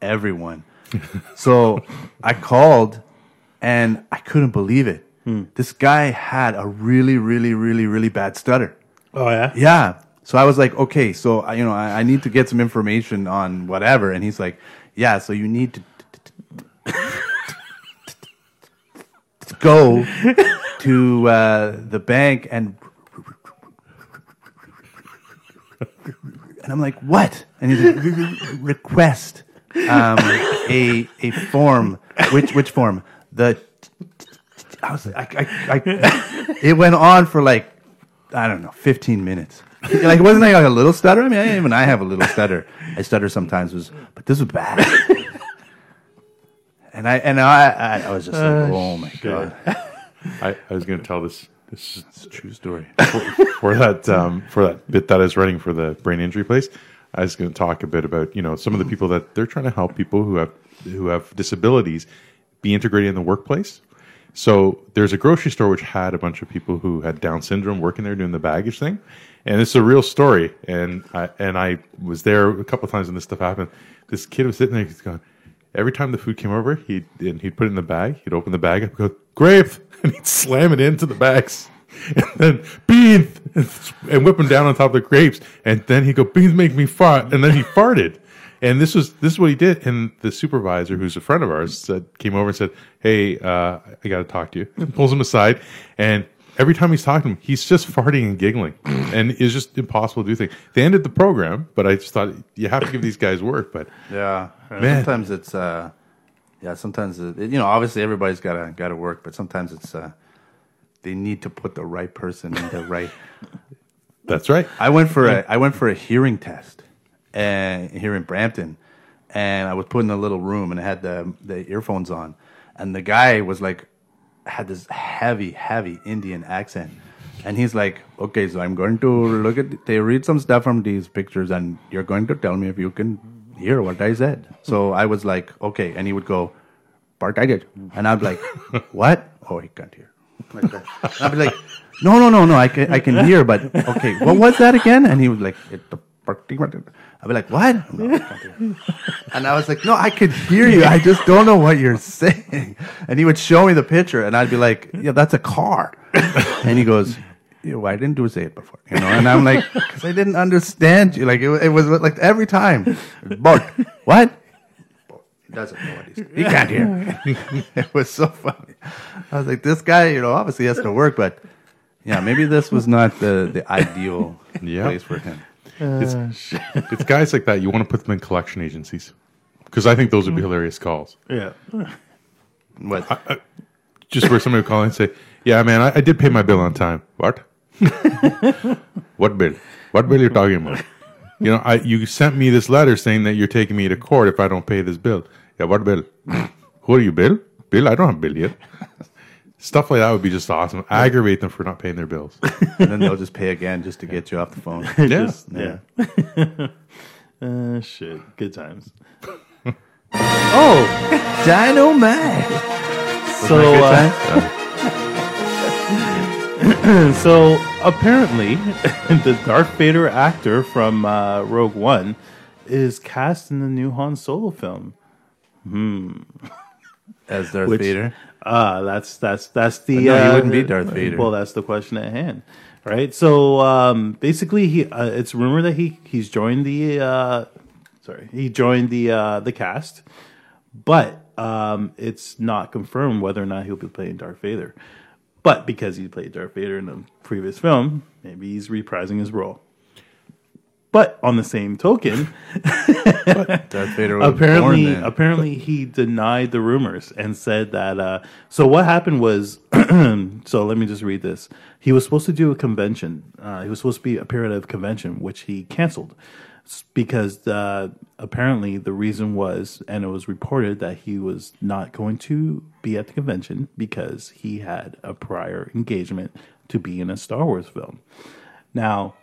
Speaker 3: everyone. so I called, and I couldn't believe it. This guy had a really, really, really, really bad stutter.
Speaker 2: Oh yeah.
Speaker 3: Yeah. So I was like, okay, so I, you know, I, I need to get some information on whatever, and he's like, yeah, so you need to to go to uh, the bank and. And I'm like, what? And he's like, request um, a a form. Which which form? The I was like, I, I, I, it went on for like I don't know, 15 minutes. Like, wasn't I like a little stutter? I mean, I, even I have a little stutter. I stutter sometimes, was, but this was bad. and I and I, I, I was just like, oh my god,
Speaker 1: I, I was gonna tell this. This is
Speaker 3: it's a true story.
Speaker 1: for that um, for that bit that is running for the brain injury place, I was going to talk a bit about you know some of the people that they're trying to help people who have who have disabilities be integrated in the workplace. So there's a grocery store which had a bunch of people who had Down syndrome working there doing the baggage thing, and it's a real story. And I and I was there a couple of times when this stuff happened. This kid was sitting there, he's going. Every time the food came over, he would and he'd put it in the bag. He'd open the bag up, go grape, and he'd slam it into the bags and then beans and whip him down on top of the grapes and then he'd go beans make me fart and then he farted and this was this is what he did and the supervisor who's a friend of ours said came over and said hey uh, i gotta talk to you and pulls him aside and every time he's talking to him he's just farting and giggling and it's just impossible to do things they ended the program but i just thought you have to give these guys work but
Speaker 3: Yeah,
Speaker 1: Man.
Speaker 3: sometimes it's, uh, yeah, sometimes it, you know, obviously everybody's gotta gotta work, but sometimes it's, uh, they need to put the right person in the right.
Speaker 1: that's right
Speaker 3: I went for a I went for a hearing test, and here in Brampton, and I was put in a little room and I had the the earphones on, and the guy was like, had this heavy heavy Indian accent, and he's like, okay, so I'm going to look at they read some stuff from these pictures, and you're going to tell me if you can hear what I said. So I was like, okay, and he would go, Bart, I did, and I'd be like, what? Oh, he can't hear. Like that. And I'd be like, no, no, no, no, I can, I can hear, but okay, what was that again? And he was like, it, the party- I'd be like, what? No, I can't hear. And I was like, no, I could hear you. I just don't know what you're saying. And he would show me the picture, and I'd be like, yeah, that's a car. And he goes, yeah, why didn't you say it before? You know, and I'm like, because I didn't understand you. Like it, wa- it was like every time, but what? He doesn't know what he's. He can't hear. it was so funny. I was like, this guy, you know, obviously has to work, but yeah, maybe this was not the the ideal
Speaker 1: Yeah.
Speaker 3: place for him.
Speaker 1: it's, it's guys like that you want to put them in collection agencies because i think those would be hilarious calls
Speaker 2: Yeah.
Speaker 3: But
Speaker 1: just where somebody would call and say, "Yeah, man, I, I did pay my bill on time." What? what bill? What bill are you talking about? You know, I you sent me this letter saying that you're taking me to court if I don't pay this bill. Yeah, what bill? Who are you, Bill? Bill? I don't have bill yet. Stuff like that would be just awesome. Aggravate them for not paying their bills.
Speaker 3: and then they'll just pay again just to get you off the phone.
Speaker 1: Yeah.
Speaker 2: Yeah. uh, shit. Good times.
Speaker 3: Oh, Dino Man.
Speaker 2: So. uh, So apparently, the Darth Vader actor from uh, Rogue One is cast in the new Han Solo film.
Speaker 3: as Darth
Speaker 2: Which-
Speaker 3: Vader.
Speaker 2: Ah, that's that's that's the.
Speaker 3: no, he
Speaker 2: uh,
Speaker 3: wouldn't be Darth Vader.
Speaker 2: Well, that's the question at hand, right? So um, basically, he uh, it's rumored that he he's joined the uh, sorry he joined the uh, the cast, but um, it's not confirmed whether or not he'll be playing Darth Vader. But because he played Darth Vader in the previous film, maybe he's reprising his role. But on the same token.
Speaker 3: Darth Vader was born
Speaker 2: apparently
Speaker 3: then.
Speaker 2: apparently he denied the rumors and said that uh, so what happened was so let me just read this he was supposed to do a convention uh, he was supposed to be appear at a convention which he canceled s- because uh, apparently the reason was and it was reported that he was not going to be at the convention because he had a prior engagement to be in a star wars film now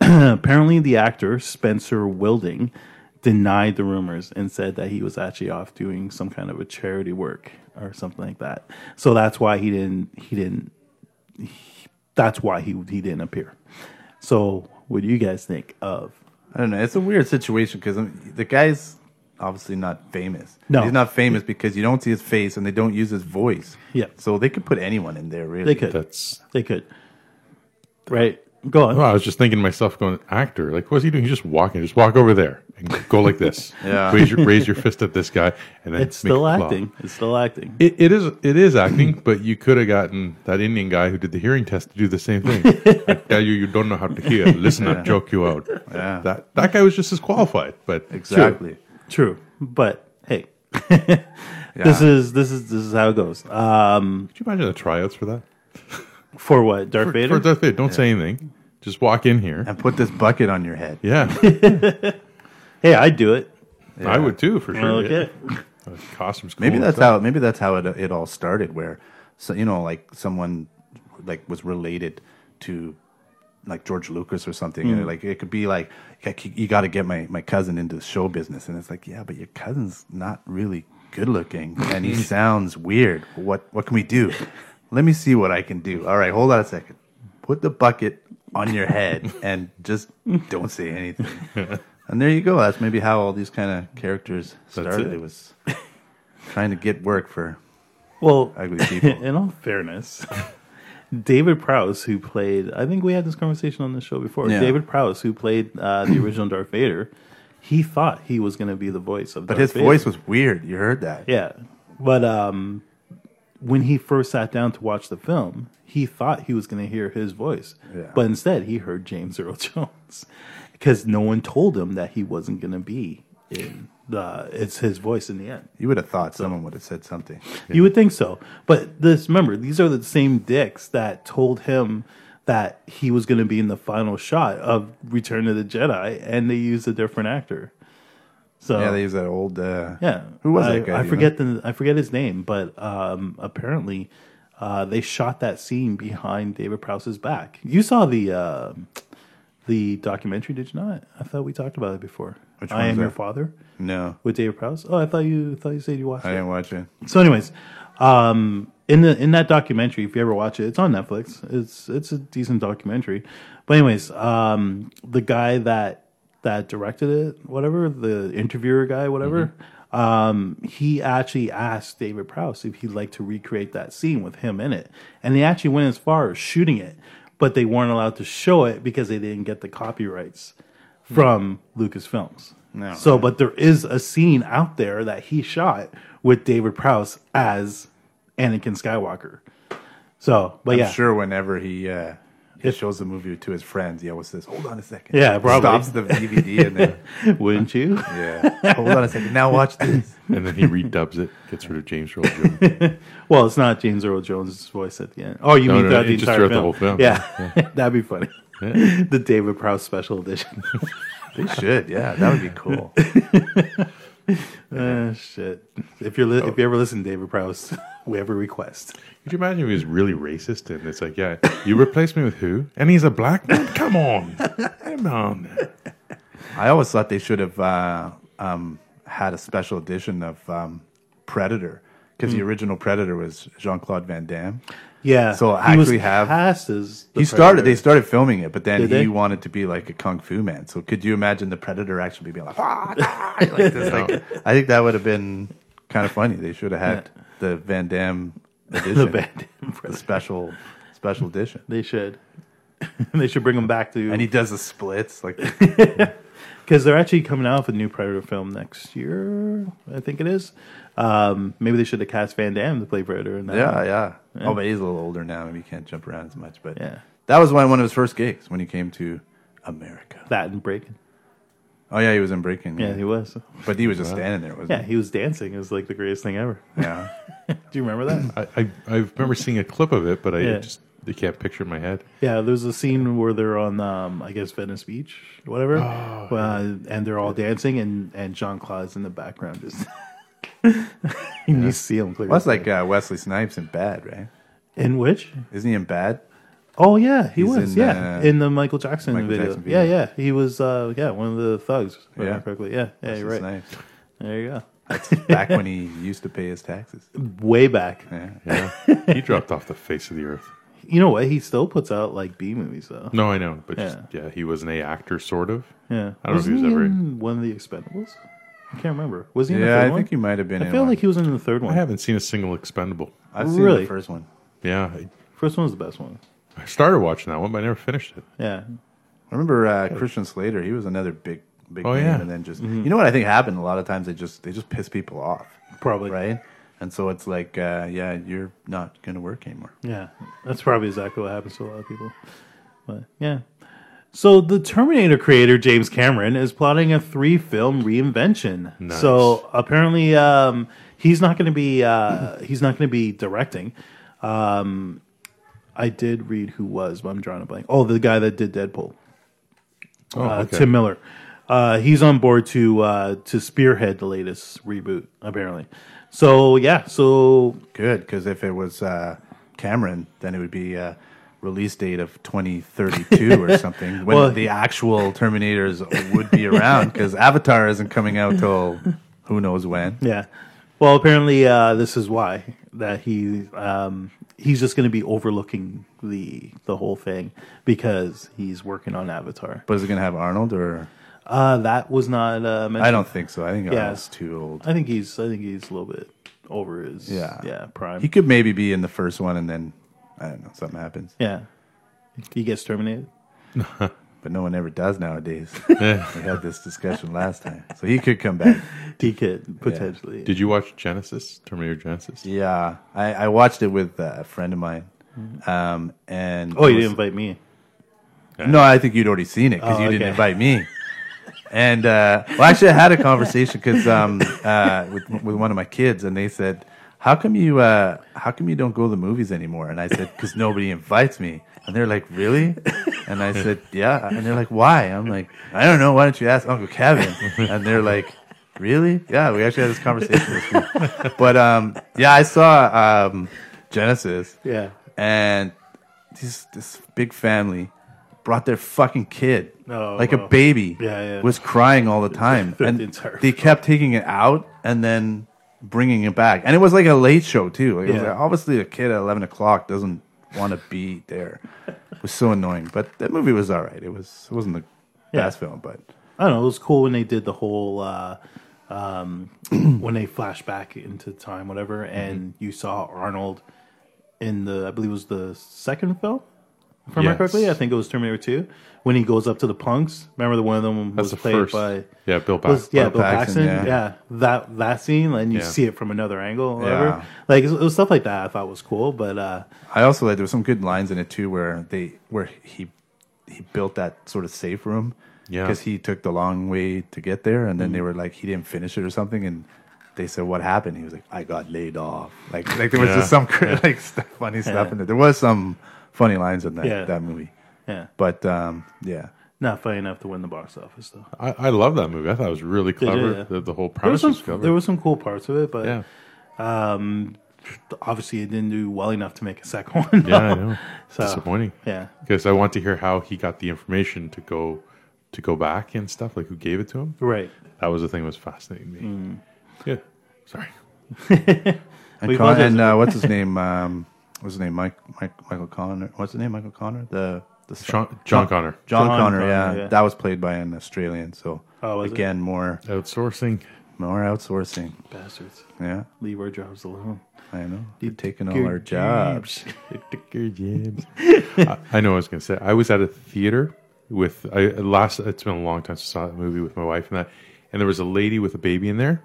Speaker 2: Apparently, the actor Spencer Wilding denied the rumors and said that he was actually off doing some kind of a charity work or something like that. So that's why he didn't. He didn't. he- that's why he he didn't appear. So, what do you guys think of?
Speaker 3: I don't know. It's a weird situation because the guy's obviously not famous.
Speaker 2: No.
Speaker 3: he's not famous because you don't see his face and they don't use his voice.
Speaker 2: Yeah.
Speaker 3: so they could put anyone in there. Really,
Speaker 2: They could.
Speaker 1: That's.
Speaker 2: they could. Right. Go on.
Speaker 1: Well, Oh, I was just thinking to myself, going, actor, like, what's he doing? He's just walking. Just walk over there and go like this.
Speaker 3: Yeah.
Speaker 1: Raise your, raise your fist at this guy. And then
Speaker 2: It's
Speaker 1: make
Speaker 2: still
Speaker 1: a claw.
Speaker 2: acting. It's still acting.
Speaker 1: It, it is it is acting, but you could have gotten that Indian guy who did the hearing test to do the same thing. I tell you, you don't know how to hear. Listen, I joke you out.
Speaker 3: Yeah.
Speaker 1: That that guy was just as qualified, but
Speaker 3: Exactly.
Speaker 2: True. But hey,
Speaker 3: Yeah.
Speaker 2: this is this is this is how it goes. Um,
Speaker 1: could you imagine the tryouts for that?
Speaker 2: for what Darth Vader?
Speaker 1: For Darth Vader, don't say anything. Just walk in here.
Speaker 3: and put this bucket on your head.
Speaker 1: Yeah,
Speaker 2: hey, I'd do it.
Speaker 1: I would too for sure.
Speaker 2: Look at it.
Speaker 1: Yeah. Costumes. Cool
Speaker 3: Maybe
Speaker 1: and
Speaker 3: that's
Speaker 1: stuff.
Speaker 3: how. Maybe that's how it it all started. Where, so you know, like someone, like was related to, like George Lucas or something.
Speaker 1: Hmm.
Speaker 3: And like it could be like you got to get my my cousin into the show business, and it's like yeah, but your cousin's not really good looking, and he sounds weird. What what can we do? Let me see what I can do. All right, hold on a second. Put the bucket on your head and just don't say anything. And there you go. That's maybe how all these kind of characters started.
Speaker 1: it.
Speaker 3: It was trying to get work for
Speaker 2: Well,
Speaker 3: ugly people.
Speaker 2: in all fairness, David Prowse, who played, I think we had this conversation on the show before.
Speaker 3: Yeah.
Speaker 2: David Prowse, who played uh, the original Darth Vader, he thought he was going to be the voice of,
Speaker 3: But his voice was weird. You heard that.
Speaker 2: yeah. But um, when he first sat down to watch the film, he thought he was going to hear his voice,
Speaker 3: Yeah.
Speaker 2: but instead he heard James Earl Jones because no one told him that he wasn't going to be in the. It's his voice in the end.
Speaker 3: You would have thought someone would have said something.
Speaker 2: You would think so. But this remember, these are the same dicks that told him that he was going to be in the final shot of Return of the Jedi and they used a different actor. So
Speaker 3: Yeah, they use that old. Uh,
Speaker 2: yeah.
Speaker 3: Who was
Speaker 2: I,
Speaker 3: that
Speaker 2: I
Speaker 3: guy? do you
Speaker 2: forget the I forget his name, but um, apparently uh, they shot that scene behind David Prowse's back. You saw the uh, the documentary, did you not? I thought we talked about it before.
Speaker 3: Which
Speaker 2: I
Speaker 3: one's
Speaker 2: am your
Speaker 3: that?
Speaker 2: father
Speaker 3: know? No,
Speaker 2: with David Prowse. Oh, I thought you thought you said you watched
Speaker 3: I
Speaker 2: it.
Speaker 3: didn't watch it.
Speaker 2: So, anyways, um, in the in that documentary, if you ever watch it, it's on Netflix. It's it's a decent documentary. But anyways, um, the guy that that directed it, whatever the interviewer guy, whatever, um, he actually asked David Prowse if he'd like to recreate that scene with him in it, and they actually went as far as shooting it, but they weren't allowed to show it because they didn't get the copyrights from Lucasfilms.
Speaker 3: No.
Speaker 2: So, but there is a scene out there that he shot with David Prowse as Anakin Skywalker. So, but
Speaker 3: I'm
Speaker 2: yeah,
Speaker 3: sure whenever he. Uh, he shows the movie to his friends. He always says, "Hold on a second.
Speaker 2: Yeah, probably.
Speaker 3: Stops the DVD and then,
Speaker 2: wouldn't you?
Speaker 3: yeah. Hold on a second. Now watch this.
Speaker 1: And then he redubs it, gets rid of James Earl Jones.
Speaker 2: Well, it's not James Earl Jones' voice at the end. Oh, you
Speaker 1: No,
Speaker 2: mean
Speaker 1: no,
Speaker 2: throughout the
Speaker 1: it's just
Speaker 2: entire
Speaker 1: throughout
Speaker 2: film?
Speaker 1: the whole film.
Speaker 2: Yeah, that'd be funny. the David Prowse special edition.
Speaker 3: They should. Yeah, that would be cool.
Speaker 2: Ah, shit. If you're li- if you ever listen, to David Prowse, we have a request.
Speaker 1: Could you imagine if he was really racist and it's like, yeah, you replace me with who? And he's a black man? Come on. Come on.
Speaker 3: I always thought they should have uh, um, had a special edition of um, Predator because
Speaker 2: Hmm.
Speaker 3: the original Predator was Jean Claude Van Damme.
Speaker 2: Yeah.
Speaker 3: So
Speaker 2: he was
Speaker 3: actually have-
Speaker 2: cast as the
Speaker 3: he started.
Speaker 2: Predator.
Speaker 3: They started filming it, but then
Speaker 2: Did
Speaker 3: he
Speaker 2: they?
Speaker 3: wanted to be like a kung fu man. So could you imagine the Predator actually being like, "Ah, ah," like this? Like, I think that would have been kind of funny. They should have had the Van Damme edition,
Speaker 2: the Van Damme
Speaker 3: the
Speaker 2: brother.
Speaker 3: special special edition.
Speaker 2: They should. they should bring them back
Speaker 3: And he
Speaker 2: to
Speaker 3: does the splits like
Speaker 2: because they're actually coming out with a new Predator film next year. I think it is. Um, maybe they should have cast Van Damme to play Predator. In that
Speaker 3: yeah, yeah, Oh, but he's a little older now, and he can't jump around as much. But
Speaker 2: Yeah.
Speaker 3: that was one one of his first gigs when he came to America.
Speaker 2: that and Breaking.
Speaker 3: Oh yeah, he was in Breaking.
Speaker 2: Yeah, he was.
Speaker 3: but he was just standing there, wasn't
Speaker 2: Yeah, he was dancing. It was like the greatest thing ever.
Speaker 3: he? Yeah.
Speaker 2: Do you remember that?
Speaker 1: I, I I remember seeing a clip of it, but I
Speaker 2: Yeah.
Speaker 1: just I can't picture it in my head.
Speaker 2: Yeah, there's a scene where they're on, um, I guess Venice Beach, whatever,
Speaker 3: Oh,
Speaker 2: uh, and they're all dancing, and and Jean Claude's in the background just. and You see him clearly.
Speaker 3: Well, that's like uh, Wesley Snipes in Bad, right?
Speaker 2: in which?
Speaker 3: Isn't he in Bad?
Speaker 2: Oh yeah, he
Speaker 3: He's
Speaker 2: was.
Speaker 3: in,
Speaker 2: yeah,
Speaker 3: uh,
Speaker 2: in the Michael Jackson,
Speaker 3: Michael
Speaker 2: video.
Speaker 3: Jackson video.
Speaker 2: Yeah, yeah, he was. Uh, yeah, one of the thugs. if I
Speaker 3: Yeah.
Speaker 2: remember correctly. Yeah, yeah,
Speaker 3: Wesley
Speaker 2: you're right.
Speaker 3: Snipes.
Speaker 2: There you go.
Speaker 3: Back when he used to pay his taxes.
Speaker 2: Way back.
Speaker 3: Yeah.
Speaker 1: Yeah, he dropped off the face of the earth.
Speaker 2: You know what? He still puts out like B movies though.
Speaker 1: No, I know, but yeah, just,
Speaker 2: Yeah.
Speaker 1: yeah he was an A actor, sort of.
Speaker 2: Yeah,
Speaker 1: I don't know if
Speaker 2: Wasn't
Speaker 1: he was ever-
Speaker 2: in one of the Expendables. I can't remember. Was he? In the
Speaker 3: Yeah,
Speaker 2: third
Speaker 3: I
Speaker 2: one?
Speaker 3: think he might have been.
Speaker 2: I
Speaker 3: in
Speaker 2: feel
Speaker 3: one.
Speaker 2: like he was in the third
Speaker 1: I
Speaker 2: one.
Speaker 1: haven't seen a single expendable.
Speaker 3: I've seen
Speaker 2: Really?
Speaker 3: the first one.
Speaker 1: Yeah, I,
Speaker 2: First one was the best one.
Speaker 1: I started watching that one, but I never finished it.
Speaker 2: Yeah.
Speaker 3: I remember uh, Christian Slater. He was another big, big
Speaker 1: Oh,
Speaker 3: name,
Speaker 1: yeah.
Speaker 3: and then just you know what I think happened. A lot of times they just they just piss people off,
Speaker 2: Probably.
Speaker 3: right? And so it's like, uh, yeah, you're not going to work anymore.
Speaker 2: Yeah. That's probably exactly what happens to a lot of people. But yeah. So the Terminator creator James Cameron is plotting a three-film reinvention.
Speaker 1: Nice.
Speaker 2: So apparently, um, he's not going to be uh, he's not going to be directing. Um, I did read who was, but I'm drawing a blank. Oh, the guy that did Deadpool.
Speaker 1: Oh,
Speaker 2: uh,
Speaker 1: okay.
Speaker 2: Tim Miller. Uh, he's on board to uh, to spearhead the latest reboot, apparently. So yeah, so
Speaker 3: Good, because if it was uh, Cameron, then it would be uh, release date of 2032 or something when
Speaker 2: Well-
Speaker 3: the actual Terminators would be around. Because Avatar isn't coming out till who knows when.
Speaker 2: yeah. Well, apparently uh, this is why that he um, he's just going to be overlooking the the whole thing because he's working on Avatar.
Speaker 3: But is it going to have Arnold or?
Speaker 2: Uh, that was not uh, mentioned.
Speaker 3: I don't think so. I think
Speaker 2: Yeah.
Speaker 3: Arnold's too old.
Speaker 2: I think he's. I think he's a little bit over his.
Speaker 3: Yeah.
Speaker 2: Yeah. Prime.
Speaker 3: He could maybe be in the first one, and then I don't know, something happens.
Speaker 2: yeah. He gets terminated.
Speaker 3: But no one ever does nowadays.
Speaker 1: Eh.
Speaker 3: we had this discussion last time, so he could come back.
Speaker 2: He could potentially.
Speaker 1: Did you watch Genesis, Terminator Genesis?
Speaker 3: Yeah, I, I watched it with uh, a friend of mine, um, and
Speaker 2: Mm-hmm. Oh,
Speaker 3: it
Speaker 2: you
Speaker 3: was-
Speaker 2: didn't invite me.
Speaker 3: No, I think you'd already seen it because
Speaker 2: Oh,
Speaker 3: you
Speaker 2: okay.
Speaker 3: didn't invite me. And uh, well, actually, I had a conversation because um, uh, with with one of my kids, and they said, "How come you uh, How come you don't go to the movies anymore?" And I said, "Because nobody invites me." And they're like, "Really?" And I said, "Yeah." And they're like, "Why?" I'm like, "I don't know. Why don't you ask Uncle Kevin?" And they're like, "Really? Yeah." We actually had this conversation this week. But um, yeah, I saw um, Genesis
Speaker 2: Yeah.
Speaker 3: and this this big family brought their fucking kid,
Speaker 2: Oh,
Speaker 3: like
Speaker 2: wow.
Speaker 3: a baby,
Speaker 2: Yeah, yeah.
Speaker 3: was crying all the time,
Speaker 2: The
Speaker 3: and
Speaker 2: entire
Speaker 3: they kept taking it out and then bringing it back, and it was like a late show too. Like, it was
Speaker 2: Yeah.
Speaker 3: like, obviously, a kid at eleven o'clock doesn't want to be there. It was so annoying, but that movie was all right. It was it wasn't the
Speaker 2: Yeah.
Speaker 3: best film, but
Speaker 2: I don't know. It was cool when they did the whole uh, um, when they flash back into time, whatever,
Speaker 1: Mhm.
Speaker 2: and you saw Arnold in the I believe it was the second film. If I remember
Speaker 1: Yes.
Speaker 2: correctly, I think it was Terminator Two when he goes up to the punks. Remember the one of them
Speaker 1: That's
Speaker 2: was
Speaker 1: the
Speaker 2: played
Speaker 1: first.
Speaker 2: by
Speaker 1: yeah, Bill Paxton.
Speaker 2: was, yeah
Speaker 3: Bill
Speaker 2: Bill Paxton.
Speaker 3: Paxton,
Speaker 2: Yeah.
Speaker 3: yeah.
Speaker 2: that that scene, and you
Speaker 1: Yeah.
Speaker 2: see it from another angle, or whatever.
Speaker 3: Yeah.
Speaker 2: Like it was, it was stuff like that. I thought was cool, but uh,
Speaker 3: I also like there were some good lines in it too, where they where he he built that sort of safe room,
Speaker 1: Yeah. Mm-hmm.
Speaker 3: because he took the long way to get there, and then they were like he didn't finish it or something, and they said what happened. He was like, I got laid off. Like like there was
Speaker 1: Yeah.
Speaker 3: just some cr- like stuff, funny stuff in there. There was some funny lines in that
Speaker 2: Yeah.
Speaker 3: that movie,
Speaker 2: yeah,
Speaker 3: but um yeah.
Speaker 2: not funny enough to win the box office though.
Speaker 1: I, I love that movie. I thought it was really clever.
Speaker 2: yeah.
Speaker 1: The, the whole
Speaker 2: There
Speaker 1: premise
Speaker 2: was some
Speaker 1: was clever.
Speaker 2: there was some cool parts of it, but. um,
Speaker 1: yeah,
Speaker 2: obviously it didn't do well enough to make a second one.
Speaker 1: yeah, I know.
Speaker 2: So-
Speaker 1: Disappointing.
Speaker 2: Yeah.
Speaker 1: because I want to hear how he got the information to go to go back and stuff. Like who gave it to him?
Speaker 2: Right.
Speaker 1: That was the thing that was fascinating to me. Yeah, sorry.
Speaker 3: And,
Speaker 2: We've
Speaker 3: Con-
Speaker 2: also-
Speaker 3: and uh, what's his name? Um, what's his name? Mike, Mike Michael Connor. What's his name? Michael Connor. The the son-
Speaker 1: Sean, John Connor
Speaker 2: John
Speaker 3: John, Connor,
Speaker 2: Connor,
Speaker 3: yeah.
Speaker 2: yeah.
Speaker 3: That was played by an Australian, so
Speaker 2: Oh, was it?
Speaker 3: again more
Speaker 1: outsourcing.
Speaker 3: More outsourcing.
Speaker 2: Bastards.
Speaker 3: Yeah,
Speaker 2: Leave our jobs alone.
Speaker 3: I know. They're taking all our jobs.
Speaker 1: I, I know what I was going to say. I was at a theater with I last. It's been a long time since I saw that movie with my wife and that. And there was a lady with a baby in there.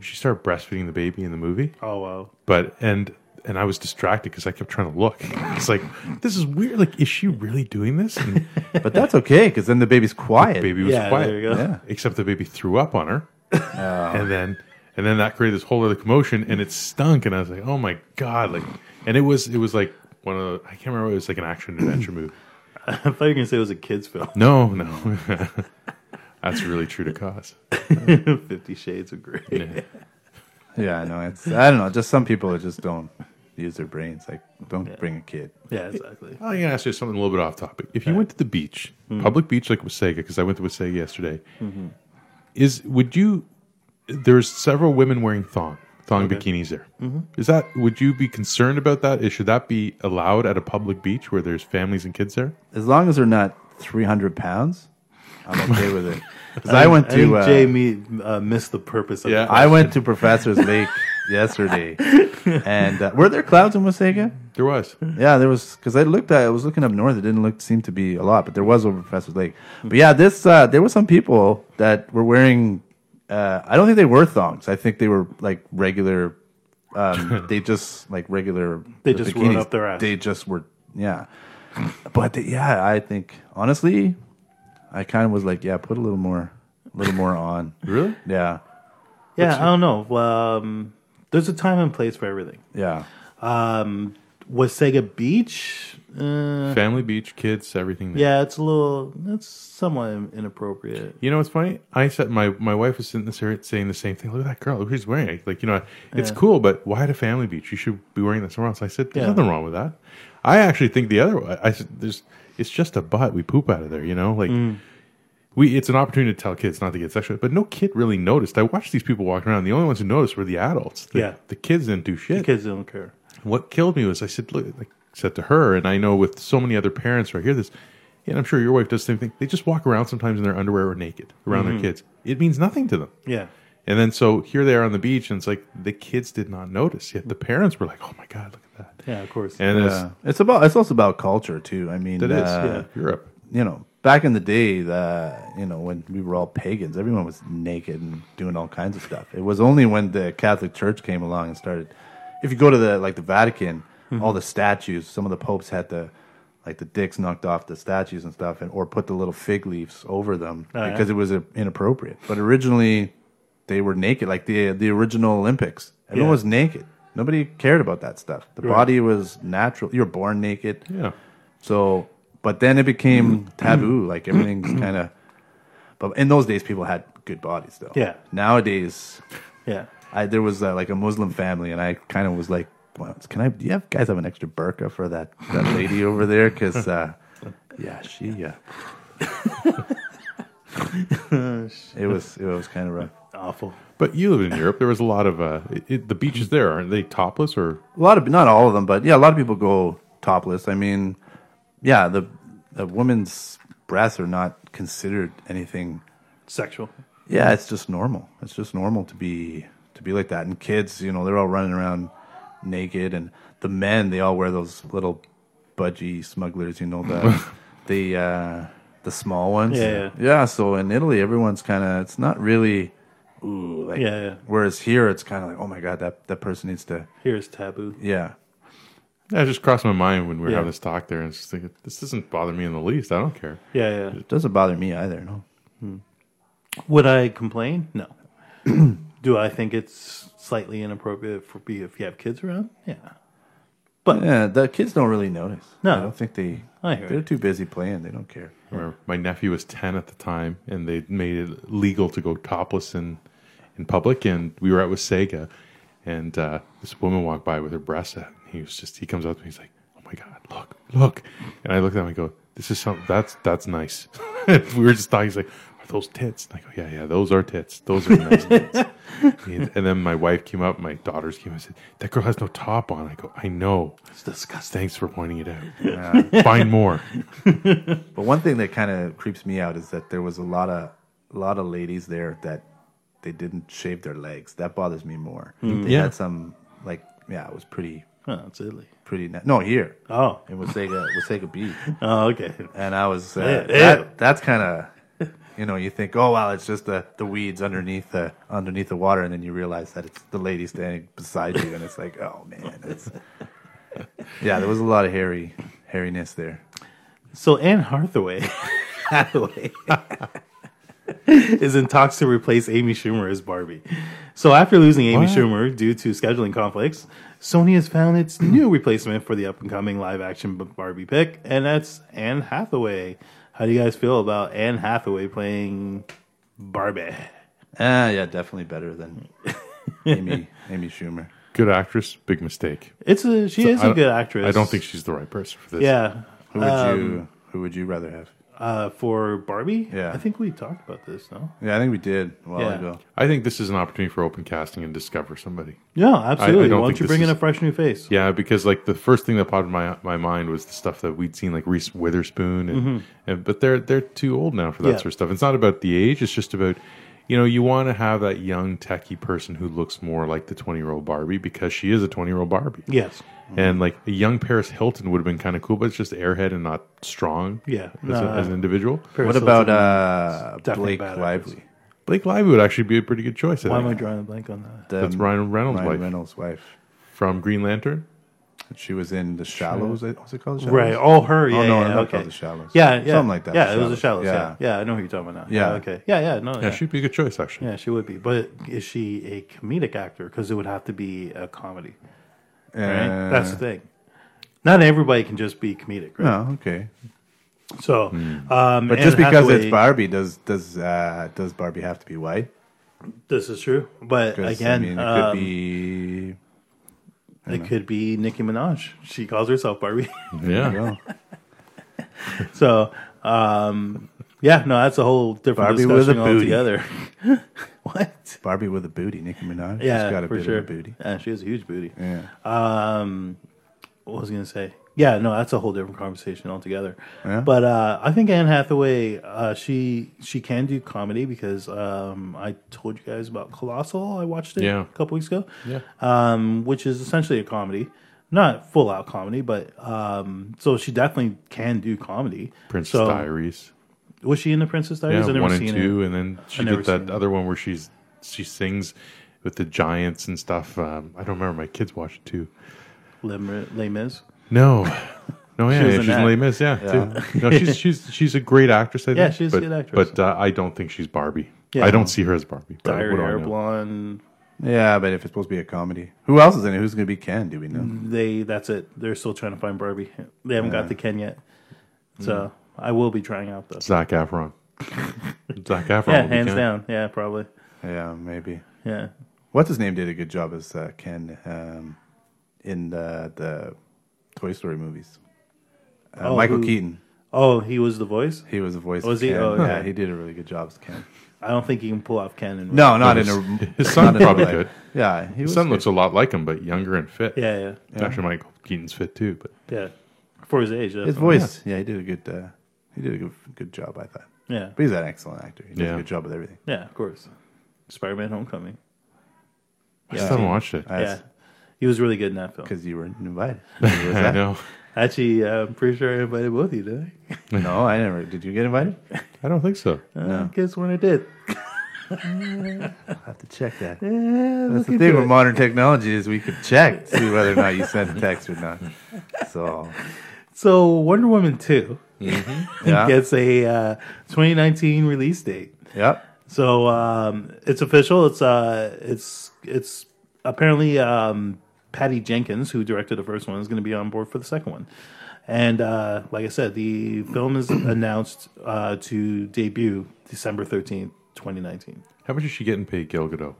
Speaker 1: She started breastfeeding the baby in the movie,
Speaker 2: Oh wow.
Speaker 1: but and and I was distracted because I kept trying to look. It's like this is weird. Like, is she really doing this? And
Speaker 3: But that's okay because then the baby's quiet.
Speaker 1: baby was
Speaker 2: Yeah,
Speaker 1: quiet.
Speaker 2: there you go.
Speaker 3: Yeah.
Speaker 1: Except the baby threw up on her, and then and then that created this whole other commotion, and it stunk. And I was like, oh my god! Like, and it was it was like one of the, I can't remember. It was like an action adventure movie.
Speaker 2: I thought you were gonna say it was a kids film.
Speaker 1: No, no, that's really true to cause.
Speaker 2: Fifty Shades of Grey.
Speaker 3: Yeah, I know. It's I don't know. Just some people just don't use their brains. Like, don't bring a kid.
Speaker 2: Yeah, exactly.
Speaker 1: I'm gonna ask you something a little bit off topic. If you went to the beach, public beach like Wasaga, because I went to Wasaga yesterday, is would you? There's several women wearing thong thong bikinis there. Is that? Would you be concerned about that? Is, should that be allowed at a public beach where there's families and kids there?
Speaker 3: As long as they're not three hundred pounds, I'm okay with it. Because I, went
Speaker 2: I think
Speaker 3: to uh,
Speaker 2: Jay me, uh, missed the purpose of
Speaker 1: Yeah.
Speaker 2: the
Speaker 3: I went to Professor's Lake yesterday, and uh, were there clouds in Wasaga?
Speaker 1: There was.
Speaker 3: Yeah, there was because I looked at I was looking up north. It didn't look seem to be a lot, but there was over Professor's Lake. But yeah, this uh, there were some people that were wearing. Uh, I don't think they were thongs. I think they were like regular. Um, they just like regular.
Speaker 2: They
Speaker 3: the
Speaker 2: just rode up their ass.
Speaker 3: They just were yeah. But they, yeah, I think honestly, I kind of was like, yeah, put a little more, a little more on.
Speaker 1: Really?
Speaker 3: Yeah,
Speaker 2: Yeah, I don't know. Um, there's a time and place for everything.
Speaker 3: yeah.
Speaker 2: Um, Wasaga Beach. Uh,
Speaker 1: Family beach, kids, everything. There.
Speaker 2: yeah, it's a little. It's somewhat inappropriate.
Speaker 1: You know what's funny? I said my my wife was sitting this area saying the same thing. Look at that girl. Look what she's wearing. Like you know, it's cool, but why at a family beach? You should be wearing that somewhere else. I said there's
Speaker 2: Yeah.
Speaker 1: nothing wrong with that. I actually think the other way. I said there's it's just a butt. We poop out of there. You know, like
Speaker 2: Mm.
Speaker 1: we. It's an opportunity to tell kids not to get sexual, but no kid really noticed. I watched these people walking around. The only ones who noticed were the adults. The,
Speaker 2: Yeah.
Speaker 1: the kids didn't do shit.
Speaker 2: Kids don't care.
Speaker 1: What killed me was I said look like said to her, and I know with so many other parents where I hear this, and I'm sure your wife does the same thing. They just walk around sometimes in their underwear or naked around their kids. It means nothing to them.
Speaker 2: Yeah.
Speaker 1: And then so here they are on the beach, and it's like the kids did not notice. Yet the parents were like, "Oh my god, look at that!"
Speaker 2: Yeah, of course.
Speaker 1: And it's,
Speaker 3: Yeah. Uh, It's about it's also about culture too. I mean,
Speaker 1: it is
Speaker 3: uh,
Speaker 1: Europe.
Speaker 3: you know, back in the day, the you know when we were all pagans, everyone was naked and doing all kinds of stuff. It was only when the Catholic Church came along and started. If you go to the like the Vatican,
Speaker 2: Mm-hmm.
Speaker 3: all the statues, some of the popes had the like the dicks knocked off the statues and stuff, and or put the little fig leaves over them
Speaker 2: Oh, yeah.
Speaker 3: because it was uh, inappropriate. But originally, they were naked, like the the original Olympics. Everyone
Speaker 2: Yeah.
Speaker 3: was naked. Nobody cared about that stuff. The body was natural. you were born naked.
Speaker 1: Yeah,
Speaker 3: So, but then it became taboo. Like everything's kind of. But in those days, people had good bodies, though.
Speaker 2: Yeah.
Speaker 3: Nowadays,
Speaker 2: yeah.
Speaker 3: I there was uh like a Muslim family, and I kind of was like, well, "Can I? Do you have guys have an extra burqa for that that lady over there? Because, uh, yeah, she. Uh, it was it was kind of rough.
Speaker 2: Awful.
Speaker 1: but you live in Europe. There was a lot of uh, it, it- the beaches there aren't they topless or
Speaker 3: A lot of not all of them, but yeah, a lot of people go topless. I mean, yeah, the the woman's breasts are not considered anything
Speaker 2: Sexual.
Speaker 3: Yeah, it's just normal. It's just normal to be to be like that. And kids, you know, they're all running around naked, and the men they all wear those little budgie smugglers. You know the the uh, the small ones.
Speaker 2: Yeah, yeah.
Speaker 3: So in Italy, everyone's kind of it's not really. Ooh, like,
Speaker 2: Yeah, yeah.
Speaker 3: Whereas here, it's kind of like, oh my god, that that person needs to.
Speaker 2: Here's taboo.
Speaker 3: Yeah.
Speaker 1: that just crossed my mind when we were
Speaker 2: Yeah.
Speaker 1: having this talk there, and it's just thinking this doesn't bother me in the least. I don't care.
Speaker 2: Yeah, yeah.
Speaker 3: It doesn't bother me either. No.
Speaker 2: Would I complain? No. Do I think it's slightly inappropriate for be if you have kids around? Yeah.
Speaker 3: Yeah, the kids don't really notice.
Speaker 2: No.
Speaker 3: I don't think they.
Speaker 2: I hear
Speaker 3: They're
Speaker 2: you.
Speaker 3: too busy playing. They don't care.
Speaker 1: I remember my nephew was 10 at the time and they made it legal to go topless in, in public and we were out with sega and uh, this woman walked by with her breasts out and he was just he comes up to me he's like oh my god look look and i look at him and go this is something that's that's nice we were just talking he's like are those tits and i go yeah yeah those are tits those are nice tits and, and then my wife came up my daughters came up and said that girl has no top on i go i know
Speaker 2: It's disgusting.
Speaker 1: thanks for pointing it out find more
Speaker 3: But one thing that kind of creeps me out is that there was a lot of a lot of ladies there that they didn't shave their legs. That bothers me more. They
Speaker 1: Yeah.
Speaker 3: had some like yeah, it was pretty
Speaker 2: Oh, it's Italy.
Speaker 3: pretty. Na- no, here
Speaker 2: Oh,
Speaker 3: it was Sega was Sega B,
Speaker 2: oh, okay.
Speaker 3: and I was uh,
Speaker 2: Eh, eh.
Speaker 3: that, that's kind of you know you think oh wow it's just the the weeds underneath the underneath the water, and then you realize that it's the lady standing beside you, and it's like oh man, it's yeah, there was a lot of hairy hairiness there.
Speaker 2: So Anne Hathaway, Hathaway is in talks to replace Amy Schumer as Barbie. So after losing Amy
Speaker 1: What?
Speaker 2: Schumer due to scheduling conflicts, Sony has found its new replacement for the up and coming live action Barbie pick, and that's Anne Hathaway. How do you guys feel about Anne Hathaway playing Barbie?
Speaker 3: Ah, yeah, definitely better than Amy Amy Schumer.
Speaker 1: Good actress, big mistake.
Speaker 2: It's a she is
Speaker 1: I
Speaker 2: a
Speaker 1: don't-
Speaker 2: good actress.
Speaker 1: I don't think she's the right person for this.
Speaker 2: yeah.
Speaker 3: Who would
Speaker 2: Um,
Speaker 3: you Who would you rather have?
Speaker 2: Uh, for Barbie,
Speaker 3: Yeah.
Speaker 2: I think we talked about this. No,
Speaker 3: Yeah, I think we did a while
Speaker 2: Yeah.
Speaker 3: ago.
Speaker 1: I think this is an opportunity for open casting and discover somebody.
Speaker 2: yeah, absolutely.
Speaker 1: don't
Speaker 2: Why
Speaker 1: think
Speaker 2: don't you
Speaker 1: this
Speaker 2: bring in
Speaker 1: is-
Speaker 2: a fresh new face?
Speaker 1: Yeah, because like the first thing that popped in my my mind was the stuff that we'd seen, like Reese Witherspoon, and, and but they're they're too old now for that
Speaker 2: Mm-hmm. Yeah.
Speaker 1: sort of stuff. It's not about the age; it's just about you know you want to have that young techie person who looks more like the twenty year old Barbie because she is a twenty year old Barbie.
Speaker 2: Yes.
Speaker 1: And like a young Paris Hilton would have been kind of cool, but it's just airhead and not strong.
Speaker 2: Yeah.
Speaker 1: as, a-
Speaker 2: Nah.
Speaker 1: as an individual,
Speaker 3: What about uh,
Speaker 2: definitely
Speaker 3: Blake
Speaker 2: bad
Speaker 3: Lively?
Speaker 1: Blake Lively would actually be a pretty good choice. I
Speaker 2: Why am I
Speaker 1: think.
Speaker 2: drawing a blank on that?
Speaker 3: The-
Speaker 1: That's Ryan Reynolds'
Speaker 3: Ryan
Speaker 1: wife
Speaker 3: Reynolds' wife.
Speaker 1: from Green Lantern.
Speaker 3: She was in The Shallows. I- What's it called? The
Speaker 2: Right.
Speaker 3: Shallows?
Speaker 2: Oh, her. Yeah.
Speaker 3: Oh, no,
Speaker 2: yeah,
Speaker 3: no, not
Speaker 2: okay.
Speaker 3: called The Shallows.
Speaker 2: Yeah, yeah.
Speaker 3: Something like that,
Speaker 2: Yeah,
Speaker 3: The
Speaker 2: it was the
Speaker 3: Shallows,
Speaker 2: shallows. Yeah.
Speaker 3: yeah.
Speaker 2: yeah, I know who you're talking about now.
Speaker 3: Yeah.
Speaker 2: Okay. Yeah. Yeah. No.
Speaker 1: Yeah,
Speaker 2: Yeah.
Speaker 1: she'd be a good choice actually.
Speaker 2: yeah, she would be. But is she a comedic actor? Because it would have to be a comedy. Right.
Speaker 3: Uh,
Speaker 2: That's the thing. Not everybody can just be comedic, right?
Speaker 3: Oh, okay.
Speaker 2: So, um,
Speaker 3: Hmm. But just because it's Barbie, does does uh, does Barbie have to be white?
Speaker 2: this is true. But
Speaker 3: 'Cause,
Speaker 2: again, um,
Speaker 3: I mean, it could be.
Speaker 2: it could be Nicki Minaj. She calls herself Barbie.
Speaker 1: Yeah.
Speaker 3: Well,
Speaker 2: So, um, yeah, no, that's a whole different
Speaker 3: Barbie with a
Speaker 2: discussion
Speaker 3: booty.
Speaker 2: altogether. what?
Speaker 3: Barbie with a booty, Nicki Minaj.
Speaker 2: Yeah,
Speaker 3: she's got a
Speaker 2: for
Speaker 3: bit
Speaker 2: sure.
Speaker 3: of a booty.
Speaker 2: Yeah, she has a huge booty.
Speaker 3: Yeah.
Speaker 2: Um, what was I gonna say? Yeah, no, that's a whole different conversation altogether.
Speaker 3: Yeah.
Speaker 2: But uh, I think Anne Hathaway, uh, she she can do comedy because um, I told you guys about Colossal. I watched it
Speaker 1: Yeah.
Speaker 2: a couple weeks ago.
Speaker 1: Yeah.
Speaker 2: um, which is essentially a comedy, not full out comedy, but um, so she definitely can do comedy.
Speaker 1: Prince
Speaker 2: so,
Speaker 1: Diaries.
Speaker 2: Was she in the Princess
Speaker 1: Yeah,
Speaker 2: Diaries? I've never
Speaker 1: one and
Speaker 2: seen
Speaker 1: two,
Speaker 2: it.
Speaker 1: and then she
Speaker 2: never
Speaker 1: did that
Speaker 2: seen it.
Speaker 1: other one where she's she sings with the giants and stuff. Um, I don't remember. My kids watched it too.
Speaker 2: Les Mis- Les Mis.
Speaker 1: No, no, yeah,
Speaker 2: was
Speaker 1: yeah,
Speaker 2: in
Speaker 1: she's in
Speaker 2: that.
Speaker 1: Les Mis. Yeah, too. no, she's she's she's a great actress. I think.
Speaker 2: Yeah, she's a
Speaker 1: but,
Speaker 2: good actress.
Speaker 1: but uh, I don't think she's Barbie.
Speaker 2: Yeah.
Speaker 1: I don't see her as Barbie. But
Speaker 2: Dire
Speaker 1: what do I
Speaker 2: hair,
Speaker 1: know?
Speaker 2: blonde.
Speaker 3: Yeah, but if it's supposed to be a comedy, who else is in it? Who's going to be Ken? Do we know?
Speaker 2: They that's it. They're still trying to find Barbie. They haven't got the Ken yet.
Speaker 3: Mm.
Speaker 2: So I will be trying out those.
Speaker 1: Zac Efron. Zac Efron.
Speaker 2: Yeah,
Speaker 1: will be
Speaker 2: hands
Speaker 1: Ken.
Speaker 2: down. Yeah, probably.
Speaker 3: Yeah, maybe.
Speaker 2: Yeah.
Speaker 3: What's his name did a good job as uh, Ken um, in the the Toy Story movies. Uh,
Speaker 2: Oh,
Speaker 3: Michael
Speaker 2: who-
Speaker 3: Keaton,
Speaker 2: Oh, he was the voice.
Speaker 3: he was the voice.
Speaker 2: Was
Speaker 3: of
Speaker 2: he?
Speaker 3: Ken.
Speaker 2: Oh,
Speaker 3: yeah,
Speaker 2: okay.
Speaker 3: he did a really good job as Ken.
Speaker 2: I don't think he can pull off Ken. And
Speaker 3: No, not in a.
Speaker 1: His son
Speaker 3: not in
Speaker 1: probably
Speaker 3: real life.
Speaker 1: good.
Speaker 3: Yeah, he
Speaker 1: His
Speaker 3: was.
Speaker 1: son
Speaker 3: good.
Speaker 1: looks a lot like him, but younger and fit.
Speaker 2: Yeah, yeah,
Speaker 1: Actually, Michael Keaton's fit too. But
Speaker 2: yeah. For his age,
Speaker 3: His
Speaker 2: definitely.
Speaker 3: voice. Yeah. he did a good. Uh, he did a good, good job. I thought.
Speaker 2: Yeah,
Speaker 3: But he's an excellent actor. He does
Speaker 1: Yeah.
Speaker 3: a good job with everything.
Speaker 2: yeah. Of course. Spider-Man: Homecoming.
Speaker 1: I just haven't watched it.
Speaker 2: Yeah, he was really good in that film.
Speaker 3: Because you weren't invited.
Speaker 1: I know.
Speaker 2: Actually, uh, I'm pretty sure I invited both of you, didn't I?
Speaker 3: no, I never. Did you get invited? I
Speaker 1: I don't think so.
Speaker 2: I guess when I did.
Speaker 3: have to check that.
Speaker 2: Yeah,
Speaker 3: That's the thing with modern technology is we could check see whether or not you sent a text or not. So
Speaker 2: So Wonder Woman 2
Speaker 3: yeah,
Speaker 2: gets a uh, 2019 release date.
Speaker 3: yep.
Speaker 2: So um, it's official. It's uh, it's it's apparently um, Patty Jenkins, who directed the first one, is going to be on board for the second one. And uh, like I said, the film is announced uh, to debut December 13th, 2019.
Speaker 1: How much is she getting paid, Gal Gadot?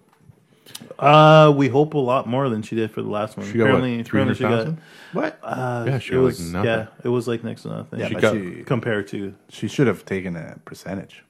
Speaker 2: Uh, we hope a lot more than she did for the last one.
Speaker 1: She got, what,
Speaker 2: apparently, apparently she got-
Speaker 1: 300,000?
Speaker 3: What?
Speaker 2: Uh,
Speaker 1: Yeah, she
Speaker 2: it
Speaker 1: got, like,
Speaker 2: was
Speaker 1: nothing.
Speaker 2: yeah, it was like next to nothing.
Speaker 3: yeah,
Speaker 1: she
Speaker 3: but
Speaker 1: got-
Speaker 3: she,
Speaker 2: compared to
Speaker 3: she should have taken a percentage.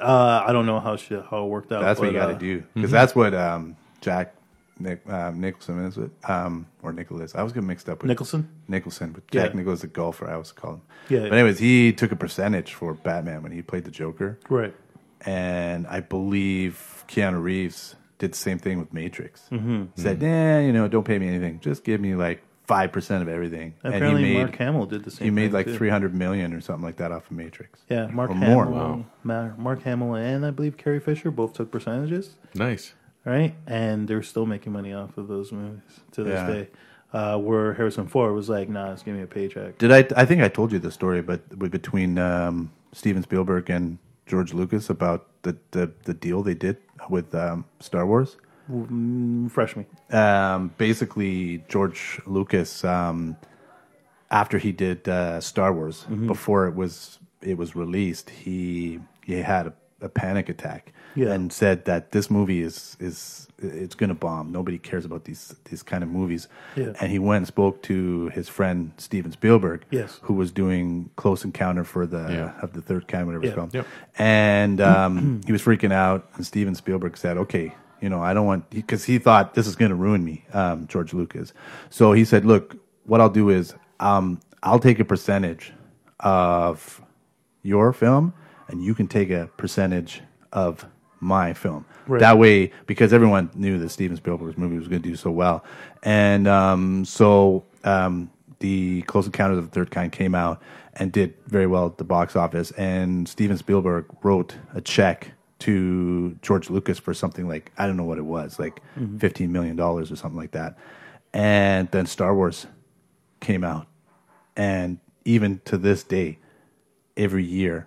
Speaker 2: Uh, I don't know how she, how it worked out.
Speaker 3: That's what
Speaker 2: but,
Speaker 3: you got to
Speaker 2: uh,
Speaker 3: do because that's what um, Jack Nick, um, Nicholson is with, um, or Nicholas. I was getting mixed up with
Speaker 2: Nicholson.
Speaker 3: Nicholson, but Jack
Speaker 2: Yeah.
Speaker 3: Nicholas, the golfer, I always call him.
Speaker 2: Yeah.
Speaker 3: But anyways, he took a percentage for Batman when he played the Joker.
Speaker 2: Right.
Speaker 3: and I believe Keanu Reeves did the same thing with Matrix. Mm-hmm. Said, "Nah, you know, don't pay me anything. Just give me like five percent of everything."
Speaker 2: Apparently,
Speaker 3: and he made
Speaker 2: Mark Hamill did the same.
Speaker 3: he made
Speaker 2: thing,
Speaker 3: like
Speaker 2: too.
Speaker 3: three hundred million or something like that off of Matrix.
Speaker 2: Yeah, Mark
Speaker 3: or
Speaker 2: Hamill.
Speaker 3: more.
Speaker 2: Ma- Mark Hamill and I believe Carrie Fisher both took percentages,
Speaker 1: Nice.
Speaker 2: right? And they're still making money off of those movies to this
Speaker 3: Yeah.
Speaker 2: day. Uh, where Harrison Ford was like, "Nah, just give me a paycheck."
Speaker 3: Did I? I think I told you the story, but be- between um, Steven Spielberg and George Lucas about the the, the deal they did with um, Star Wars.
Speaker 2: Refresh Mm, me.
Speaker 3: um, basically George Lucas um, after he did uh, Star Wars
Speaker 2: Mm-hmm.
Speaker 3: before it was it was released he he had a, a panic attack
Speaker 2: Yeah.
Speaker 3: and said that this movie is is it's going to bomb nobody cares about these these kind of movies
Speaker 2: Yeah.
Speaker 3: and he went and spoke to his friend Steven Spielberg
Speaker 2: Yes.
Speaker 3: who was doing Close Encounter for the
Speaker 1: Yeah.
Speaker 3: of the third kind whatever
Speaker 2: Yeah.
Speaker 3: it's called
Speaker 1: Yep.
Speaker 3: and um, he was freaking out. And Steven Spielberg said, "Okay, you know, I don't want because he thought this is going to ruin me." Um, George Lucas. So he said, "Look, what I'll do is um, I'll take a percentage of your film, and you can take a percentage of my film."
Speaker 2: Right.
Speaker 3: That way, because everyone knew that Steven Spielberg's movie was going to do so well, and um, so um, the Close Encounters of the Third Kind came out and did very well at the box office. And Steven Spielberg wrote a check to George Lucas for something like I don't know what it was, like $15 million dollars or something like that. And then Star Wars came out, and even to this day, every year,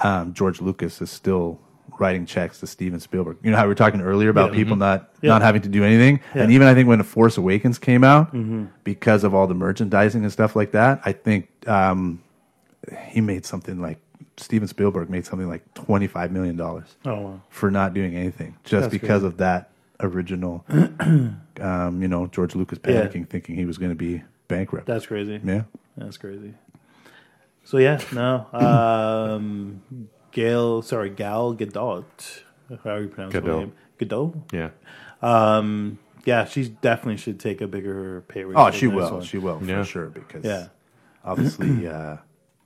Speaker 3: um, George Lucas is still writing checks to Steven Spielberg. You know how we were talking earlier about people not not having to do anything, and even I think when The Force Awakens came out, because of all the merchandising and stuff like that, I think um, he made something like Steven Spielberg made something like twenty five million dollars
Speaker 2: Oh, wow.
Speaker 3: for not doing anything just because of that original, um, you know, George Lucas
Speaker 2: Yeah.
Speaker 3: panicking, thinking he was going to be bankrupt.
Speaker 2: that's crazy.
Speaker 3: yeah.
Speaker 2: That's crazy. So yeah, no. Um, Gail, sorry, Gal Gadot. How do you pronounce her
Speaker 1: Gadot.
Speaker 2: name? Gadot.
Speaker 1: Yeah.
Speaker 2: Um, yeah, she definitely should take a bigger pay raise.
Speaker 3: Oh,
Speaker 2: than
Speaker 3: she
Speaker 2: this
Speaker 3: will.
Speaker 2: one.
Speaker 3: She will
Speaker 1: Yeah.
Speaker 3: for sure because
Speaker 2: Yeah.
Speaker 3: obviously, uh,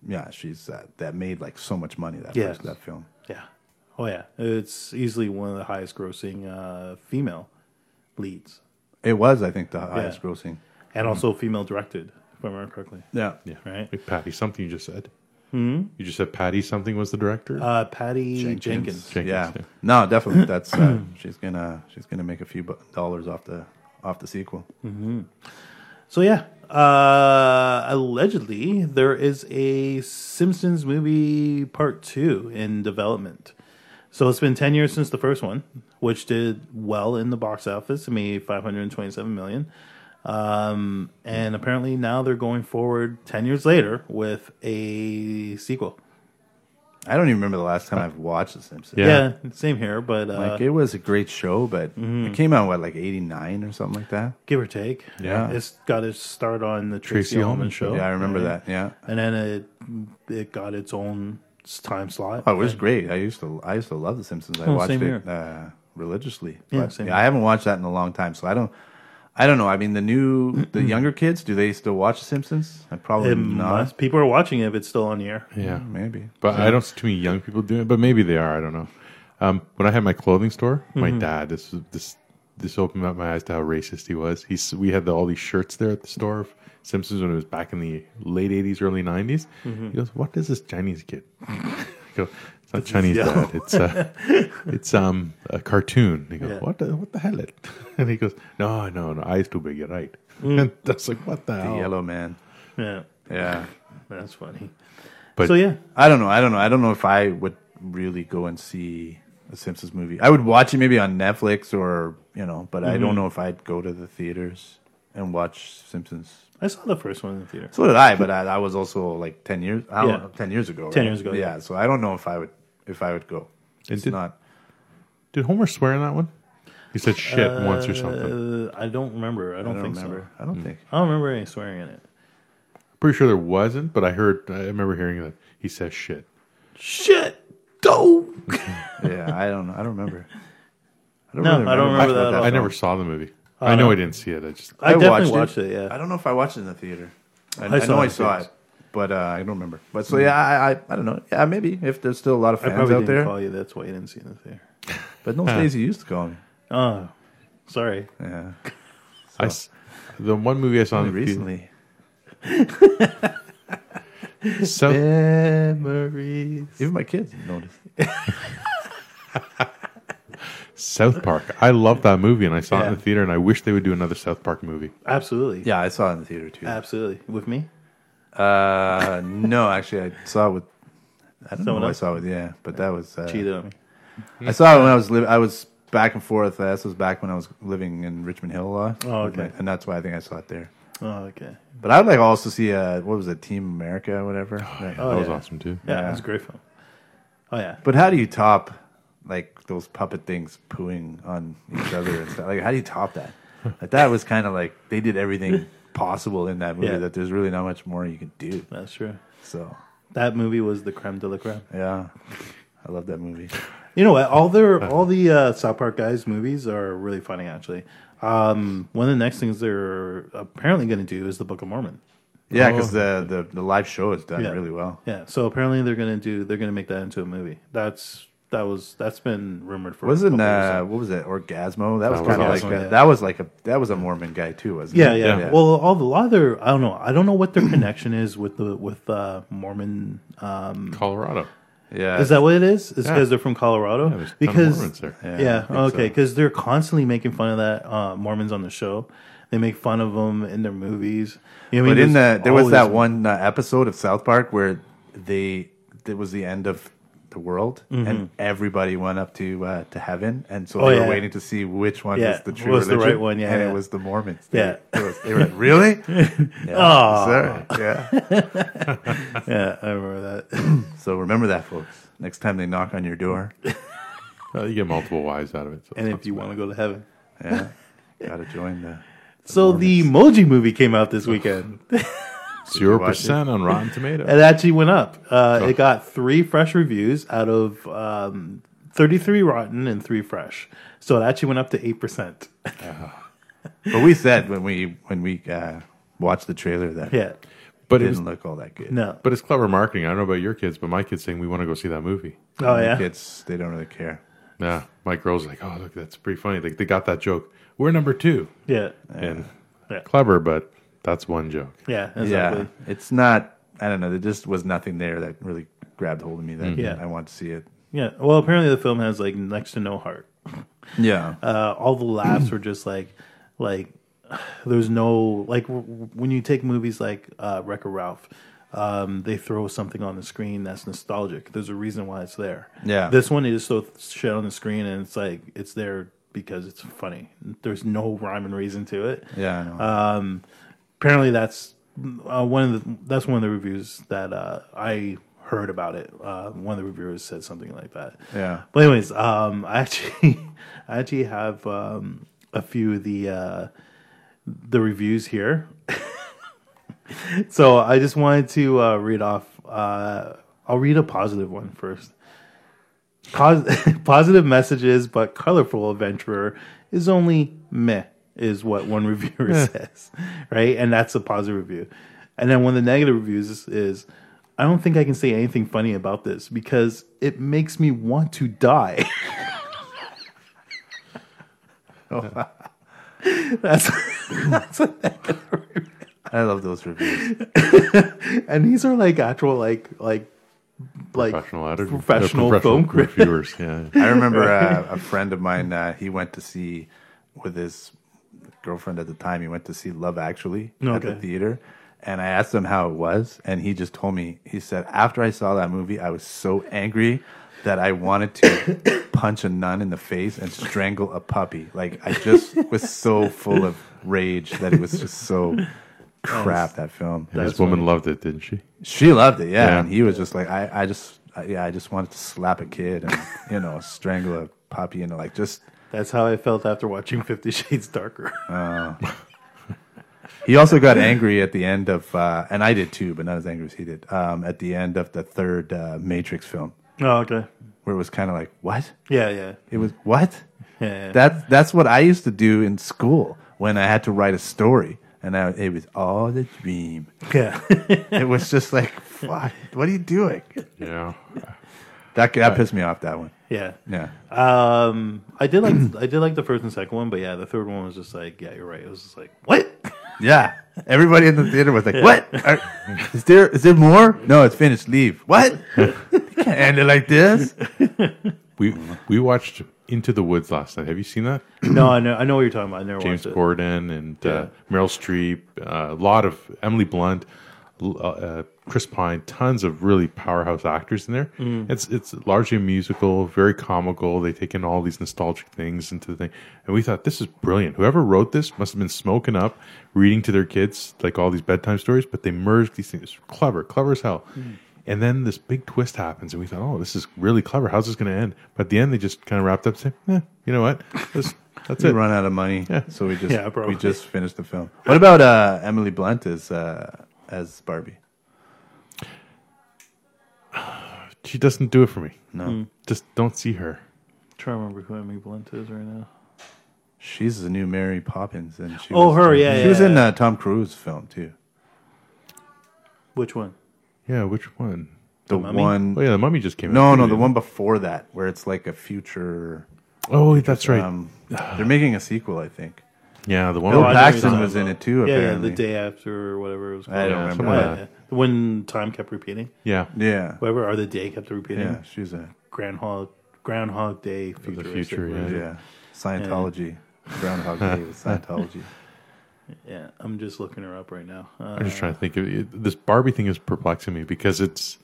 Speaker 3: yeah, she's uh, that made like so much money that
Speaker 2: Yes.
Speaker 3: first, that film.
Speaker 2: Yeah. Oh yeah, it's easily one of the highest grossing uh, female leads,
Speaker 3: It was, I think, the highest grossing.
Speaker 2: and also female directed, if I remember correctly.
Speaker 3: Yeah,
Speaker 1: Yeah.
Speaker 2: Right.
Speaker 1: Wait, Patty, something you just said. Hmm? You just said Patty something was the director?
Speaker 2: Uh, Patty Jenkins.
Speaker 1: Jenkins,
Speaker 3: yeah.
Speaker 1: yeah.
Speaker 3: No, definitely. That's uh, she's gonna she's gonna make a few bu- dollars off the off the sequel.
Speaker 2: So yeah, uh, allegedly there is a Simpsons movie part two in development. So it's been ten years since the first one, which did well in the box office. It made five hundred twenty-seven million, um, and apparently now they're going forward ten years later with a sequel.
Speaker 3: I don't even remember the last time I've watched The Simpsons.
Speaker 2: Yeah,
Speaker 1: Yeah.
Speaker 2: same here, but uh,
Speaker 3: Like it was a great show, but it came out what like eighty nine or something like that.
Speaker 2: give or take.
Speaker 3: Yeah.
Speaker 2: it's got its start on the Tracy,
Speaker 1: Tracy
Speaker 2: Ullman,
Speaker 1: Ullman
Speaker 2: show.
Speaker 3: yeah, I remember
Speaker 2: right?
Speaker 3: that. Yeah,
Speaker 2: And then it it got its own time slot.
Speaker 3: oh, it was great. I used to I used to love The Simpsons. I
Speaker 2: Oh,
Speaker 3: watched
Speaker 2: same
Speaker 3: it uh, religiously.
Speaker 2: Yeah,
Speaker 3: But,
Speaker 2: same
Speaker 3: I haven't watched that in a long time, so I don't. I don't know. I mean, the new, the younger kids, do they still watch The Simpsons? I probably
Speaker 2: It
Speaker 3: not.
Speaker 2: must- People are watching it if it's still on the air.
Speaker 1: Yeah.
Speaker 3: Maybe.
Speaker 1: But I don't see too many young people doing it, but maybe they are. I don't know. Um, when I had my clothing store, my dad, this was- this this opened up my eyes to how racist he was. He's we had the, all these shirts there at the store of Simpsons when it was back in the late eighties, early 90s He goes, "What is this Chinese kid?" I go, "It's not Chinese,
Speaker 2: yellow."
Speaker 1: dad. It's uh, it's um a cartoon." He goes,
Speaker 2: Yeah.
Speaker 1: "What the what the hell?" It? And he goes, "No, no, no. Eyes too big. You're right." And that's like, "What the
Speaker 3: The
Speaker 2: Oh.
Speaker 1: hell?"
Speaker 3: Yellow Man.
Speaker 2: Yeah,
Speaker 3: Yeah.
Speaker 2: that's funny.
Speaker 1: But-
Speaker 2: so yeah,
Speaker 3: I don't know. I don't know. I don't know if I would really go and see a Simpsons movie. I would watch it maybe on Netflix or you know, but I
Speaker 2: Mm-hmm.
Speaker 3: don't know if I'd go to the theaters and watch Simpsons.
Speaker 2: I saw the first one in the theater.
Speaker 3: So did I, but I, I was also like ten years. I don't
Speaker 2: Yeah.
Speaker 3: know, ten years ago.
Speaker 2: 10
Speaker 3: right?
Speaker 2: years ago,
Speaker 3: Yeah.
Speaker 2: yeah.
Speaker 3: So I don't know if I would if I would go.
Speaker 1: And
Speaker 3: It's
Speaker 1: did-
Speaker 3: not.
Speaker 1: Did Homer swear in that one? He said shit once or something.
Speaker 2: Uh, I don't remember. I
Speaker 3: I
Speaker 2: don't,
Speaker 3: don't
Speaker 2: think
Speaker 3: remember.
Speaker 2: so.
Speaker 3: I don't think.
Speaker 2: I don't remember any swearing in it.
Speaker 1: Pretty sure there wasn't, but I heard. I remember hearing that he says shit.
Speaker 2: Shit, dope.
Speaker 3: Yeah. I don't. know. I don't remember. I don't
Speaker 2: No, I don't
Speaker 3: much
Speaker 2: remember
Speaker 3: about
Speaker 2: that at
Speaker 1: I
Speaker 2: all.
Speaker 3: film.
Speaker 1: never saw the movie.
Speaker 2: Uh,
Speaker 1: I know I didn't see it. I just
Speaker 2: I, definitely watched,
Speaker 3: watched
Speaker 2: it. yeah,
Speaker 3: I don't know if I watched it in the theater. I,
Speaker 2: I
Speaker 3: I,
Speaker 2: saw
Speaker 3: know
Speaker 2: it
Speaker 3: I
Speaker 2: in
Speaker 3: saw
Speaker 2: theaters. Hmm.
Speaker 3: it. But uh, I don't remember. But so yeah, I, I I don't know. Yeah, maybe if there's still a lot of
Speaker 2: I
Speaker 3: fans
Speaker 2: probably
Speaker 3: out
Speaker 2: didn't
Speaker 3: there.
Speaker 2: call you. That's why you didn't see it in the theater.
Speaker 3: But those days you used to call me.
Speaker 2: Oh, sorry.
Speaker 3: Yeah,
Speaker 1: I s the one movie I saw in
Speaker 3: only
Speaker 1: the
Speaker 3: recently.
Speaker 1: theater- South,
Speaker 3: Memories. Even my kids noticed.
Speaker 1: South Park. I love that movie, and I saw it in
Speaker 2: Yeah.
Speaker 1: the theater, and I wish they would do another South Park movie.
Speaker 2: Absolutely.
Speaker 3: Yeah, I saw it in the theater too.
Speaker 2: Absolutely. With me?
Speaker 3: Uh, no, actually, I saw it with. I don't
Speaker 2: Someone
Speaker 3: know. Who Oh, I
Speaker 2: else?
Speaker 3: saw it. With, yeah, but that was. Uh,
Speaker 2: Cheated on me.
Speaker 3: I saw it when I was living. I was back and forth. Uh, this was back when I was living in Richmond Hill a lot.
Speaker 2: Oh, okay.
Speaker 3: And that's why I think I saw it there.
Speaker 2: Oh, okay.
Speaker 3: But I would like also see uh, what was it, Team America or whatever. Like-
Speaker 2: Oh,
Speaker 1: that was
Speaker 2: yeah.
Speaker 1: awesome too.
Speaker 2: Yeah,
Speaker 3: Yeah.
Speaker 2: it was a great film. Oh, yeah.
Speaker 3: But how do you top like those puppet things pooing on each other and stuff? Like how do you top that? Like that was kind of like they did everything possible in that movie.
Speaker 2: Yeah.
Speaker 3: That there's really not much more you can do.
Speaker 2: That's true.
Speaker 3: So
Speaker 2: That movie was the creme de la creme.
Speaker 3: yeah, I love that movie.
Speaker 2: You know what? All their all the uh, South Park guys movies are really funny actually. Um, one of the next things they're apparently going to do is the Book of Mormon.
Speaker 3: Yeah, because the, the the live show is done
Speaker 2: Oh. Yeah.
Speaker 3: really well.
Speaker 2: Yeah. So apparently they're going to do they're going to make that into a movie. That's that was that's been rumored for. a
Speaker 3: Wasn't
Speaker 2: couple years
Speaker 3: uh,
Speaker 2: now.
Speaker 3: what was that Orgasmo? That was
Speaker 1: That
Speaker 3: kind of
Speaker 2: was
Speaker 3: like
Speaker 2: Orgasmo,
Speaker 3: a,
Speaker 2: yeah.
Speaker 3: that was like a that was a Mormon guy too, wasn't
Speaker 2: Yeah,
Speaker 3: it?
Speaker 2: yeah, Well, all the, a lot of their I don't know I don't know what their connection is with the with uh, Mormon. Um,
Speaker 1: Colorado.
Speaker 3: yeah.
Speaker 2: is that what it is? Is
Speaker 1: Yeah.
Speaker 2: because they're from Colorado?
Speaker 1: there's a ton of
Speaker 2: because
Speaker 1: Mormons there.
Speaker 2: yeah,
Speaker 3: Yeah, I think
Speaker 2: okay,
Speaker 3: so.
Speaker 2: because they're constantly making fun of that uh, Mormons on the show. They make fun of them in their movies. You know what I
Speaker 3: But
Speaker 2: mean?
Speaker 3: in
Speaker 2: There's
Speaker 3: the there was that
Speaker 2: always-
Speaker 3: one uh, episode of South Park where they it was the end of the world and everybody went up to uh, to heaven and so
Speaker 2: Mm-hmm. Oh,
Speaker 3: they were
Speaker 2: yeah.
Speaker 3: waiting to see which one
Speaker 2: Yeah,
Speaker 3: was the true
Speaker 2: was the
Speaker 3: religion,
Speaker 2: right one, yeah,
Speaker 3: and
Speaker 2: yeah.
Speaker 3: it was the Mormons they,
Speaker 2: Yeah.
Speaker 3: they was- they were like really yeah,
Speaker 2: Uh,
Speaker 3: sorry. yeah
Speaker 2: Yeah, I remember that.
Speaker 3: so remember that folks next time they knock on your door
Speaker 1: Uh, you get multiple wives out of it. so
Speaker 2: and
Speaker 1: it's
Speaker 2: if
Speaker 1: not
Speaker 2: you
Speaker 1: too
Speaker 2: want to go to heaven,
Speaker 3: yeah gotta join the
Speaker 2: so the Emoji movie came out this weekend.
Speaker 1: bad. zero percent on Rotten Tomatoes.
Speaker 2: It actually went up. Uh, It got three fresh reviews out of um, 33 rotten and three fresh. So it actually went up to eight percent.
Speaker 3: but we said when we when we uh, watched the trailer that
Speaker 2: Yeah.
Speaker 1: But
Speaker 3: it
Speaker 1: it was,
Speaker 3: didn't look all that good
Speaker 2: No.
Speaker 1: but it's clever marketing. I don't know about your kids, but my kids saying we want to go see that movie.
Speaker 2: Oh
Speaker 3: The
Speaker 2: yeah.
Speaker 3: kids they don't really care
Speaker 1: Nah, my girl's like, oh look, that's pretty funny. Like they got that joke. We're number two,
Speaker 2: Yeah.
Speaker 1: and
Speaker 2: Yeah.
Speaker 1: clever, but that's one joke.
Speaker 2: Yeah. Exactly.
Speaker 3: Yeah, it's not. I don't know. There just was nothing there that really grabbed hold of me. That
Speaker 2: Mm-hmm. Yeah.
Speaker 3: I want to see it.
Speaker 2: Yeah. Well, apparently the film has like next to no heart.
Speaker 3: Yeah,
Speaker 2: Uh, all the laughs were just like, like there's no like w- w- when you take movies like uh, Wreck-It Ralph. Um, they throw something on the screen that's nostalgic. There's a reason why it's there.
Speaker 3: Yeah.
Speaker 2: This one they just throw shit on the screen and it's like it's there because it's funny. There's no rhyme and reason to it.
Speaker 3: yeah. I know.
Speaker 2: Um, apparently, that's uh, one of the that's one of the reviews that uh, I heard about it. Uh, one of the reviewers said something like that.
Speaker 3: Yeah.
Speaker 2: But anyways, um, I actually I actually have um, a few of the uh, the reviews here. so I just wanted to uh, read off. Uh, I'll read a positive one first. Cos- positive messages, but colorful adventurer is only meh, is what one reviewer says, right? And that's a positive review. And then one of the negative reviews is, is, I don't think I can say anything funny about this because it makes me want to die. that's, that's a negative review
Speaker 3: I love those reviews.
Speaker 2: and these are like actual like like like
Speaker 1: Professional editor,
Speaker 2: professional film critic.
Speaker 1: reviewers. Yeah,
Speaker 3: I remember uh, a friend of mine. Uh, he went to see with his girlfriend at the time. He went to see Love Actually at the
Speaker 2: Okay.
Speaker 3: theater. And I asked him how it was, and he just told me. He said, "After I saw that movie, I was so angry that I wanted to punch a nun in the face and strangle a puppy. Like I just was so full of rage that it was just so crap that film.
Speaker 1: And this woman loved it, didn't she?
Speaker 3: She loved it, yeah.
Speaker 1: Yeah.
Speaker 3: And he was just like, I, I just, I, yeah, I just wanted to slap a kid and you know strangle a puppy and like just.
Speaker 2: That's how I felt after watching Fifty Shades Darker.
Speaker 3: He also got angry at the end of, uh, and I did too, but not as angry as he did. Um, at the end of the third uh, Matrix film,
Speaker 2: oh, okay.
Speaker 3: where it was kind of like, what?
Speaker 2: Yeah, yeah,
Speaker 3: It was what?
Speaker 2: yeah. yeah.
Speaker 3: That's that's what I used to do in school when I had to write a story. and I, it was all a dream.
Speaker 2: Yeah.
Speaker 3: it was just like, fuck, what are you doing?
Speaker 1: Yeah.
Speaker 3: That that pissed me off. That one.
Speaker 2: yeah.
Speaker 3: Yeah.
Speaker 2: Um, I did like I did like the first and second one, but yeah, the third one was just like, yeah, you're right. It was just like, what?
Speaker 3: Yeah. Everybody in the theater was like, "What? Are, is there is there more? No, it's finished. Leave. What? You can't end it like this?
Speaker 1: We we watched Into the Woods last night. Have you seen that?
Speaker 2: no, I know I know what you're talking about. I never
Speaker 1: James
Speaker 2: watched it.
Speaker 1: Corden and uh, Meryl Streep, uh, a lot of Emily Blunt, l- uh, uh, Chris Pine, tons of really powerhouse actors in there. It's it's largely a musical, very comical. They take in all these nostalgic things into the thing, and we thought this is brilliant. Whoever wrote this must have been smoking up, reading to their kids like all these bedtime stories, but they merged these things. Clever, clever as hell. And then this big twist happens, and we thought, "Oh, this is really clever. How's this going to end?" But at the end, they just kind of wrapped up, saying, eh, "You know what? This, that's
Speaker 3: We
Speaker 1: it.
Speaker 3: run out of money, so we just
Speaker 2: Yeah, probably.
Speaker 3: we just finished the film. What about uh, Emily Blunt as uh, as Barbie?
Speaker 1: She doesn't do it for me.
Speaker 3: No,
Speaker 2: Hmm.
Speaker 1: Just don't see her.
Speaker 2: trying to remember who Emily Blunt is right now.
Speaker 3: she's the new Mary Poppins, and she
Speaker 2: Oh,
Speaker 3: was,
Speaker 2: her, yeah,
Speaker 3: she
Speaker 2: yeah,
Speaker 3: was in
Speaker 2: yeah.
Speaker 3: uh, Tom Cruise film too.
Speaker 2: Which one?
Speaker 1: Yeah, which one?
Speaker 3: The,
Speaker 2: Mummy?
Speaker 1: Oh
Speaker 3: one,
Speaker 1: yeah, the mummy just came
Speaker 3: no,
Speaker 1: out.
Speaker 3: no, the one before that, where it's like a future.
Speaker 1: Oh, that's right.
Speaker 3: Um, they're making a sequel, I think.
Speaker 1: yeah, the one.
Speaker 3: Bill
Speaker 2: Oh,
Speaker 1: with-
Speaker 2: I know what you're
Speaker 3: Paxton
Speaker 2: talking
Speaker 3: was in
Speaker 2: about.
Speaker 3: it too,
Speaker 2: Yeah,
Speaker 3: apparently.
Speaker 2: yeah, the day after or whatever it was. Called.
Speaker 3: I don't
Speaker 1: Yeah,
Speaker 3: remember.
Speaker 1: something like
Speaker 3: that.
Speaker 2: Yeah, yeah. When time kept repeating,
Speaker 1: yeah,
Speaker 3: Yeah,
Speaker 2: whatever, or the day kept repeating.
Speaker 3: yeah, she's a
Speaker 2: Groundhog, Groundhog Day, futuristic
Speaker 1: future, yeah.
Speaker 2: version.
Speaker 3: Yeah, Scientology. Groundhog Day was Scientology.
Speaker 2: Yeah, I'm just looking her up right now. Uh,
Speaker 1: I'm just trying to think of it. this Barbie thing is perplexing me because it's.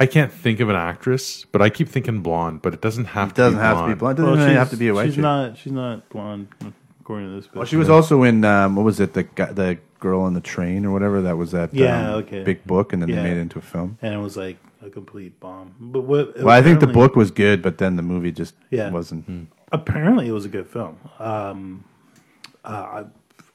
Speaker 1: I can't think of an actress, but I keep thinking blonde, but it doesn't have
Speaker 3: It
Speaker 1: to.
Speaker 3: doesn't
Speaker 1: be
Speaker 3: have to be blonde. Doesn't really have to be a white
Speaker 2: She's
Speaker 3: chick.
Speaker 2: not. She's not blonde, according to this.
Speaker 3: well,
Speaker 2: but-
Speaker 3: she was also in um, what was it? The guy, the girl on the train or whatever that was that.
Speaker 2: Yeah,
Speaker 3: um,
Speaker 2: okay.
Speaker 3: Big book, and then
Speaker 2: Yeah.
Speaker 3: they made it into a film.
Speaker 2: and it was like a complete bomb. But what?
Speaker 3: Well, I think the
Speaker 2: apparently-
Speaker 3: book was good, but then the movie just
Speaker 2: Yeah.
Speaker 3: wasn't.
Speaker 2: apparently it was a good film. Um, uh,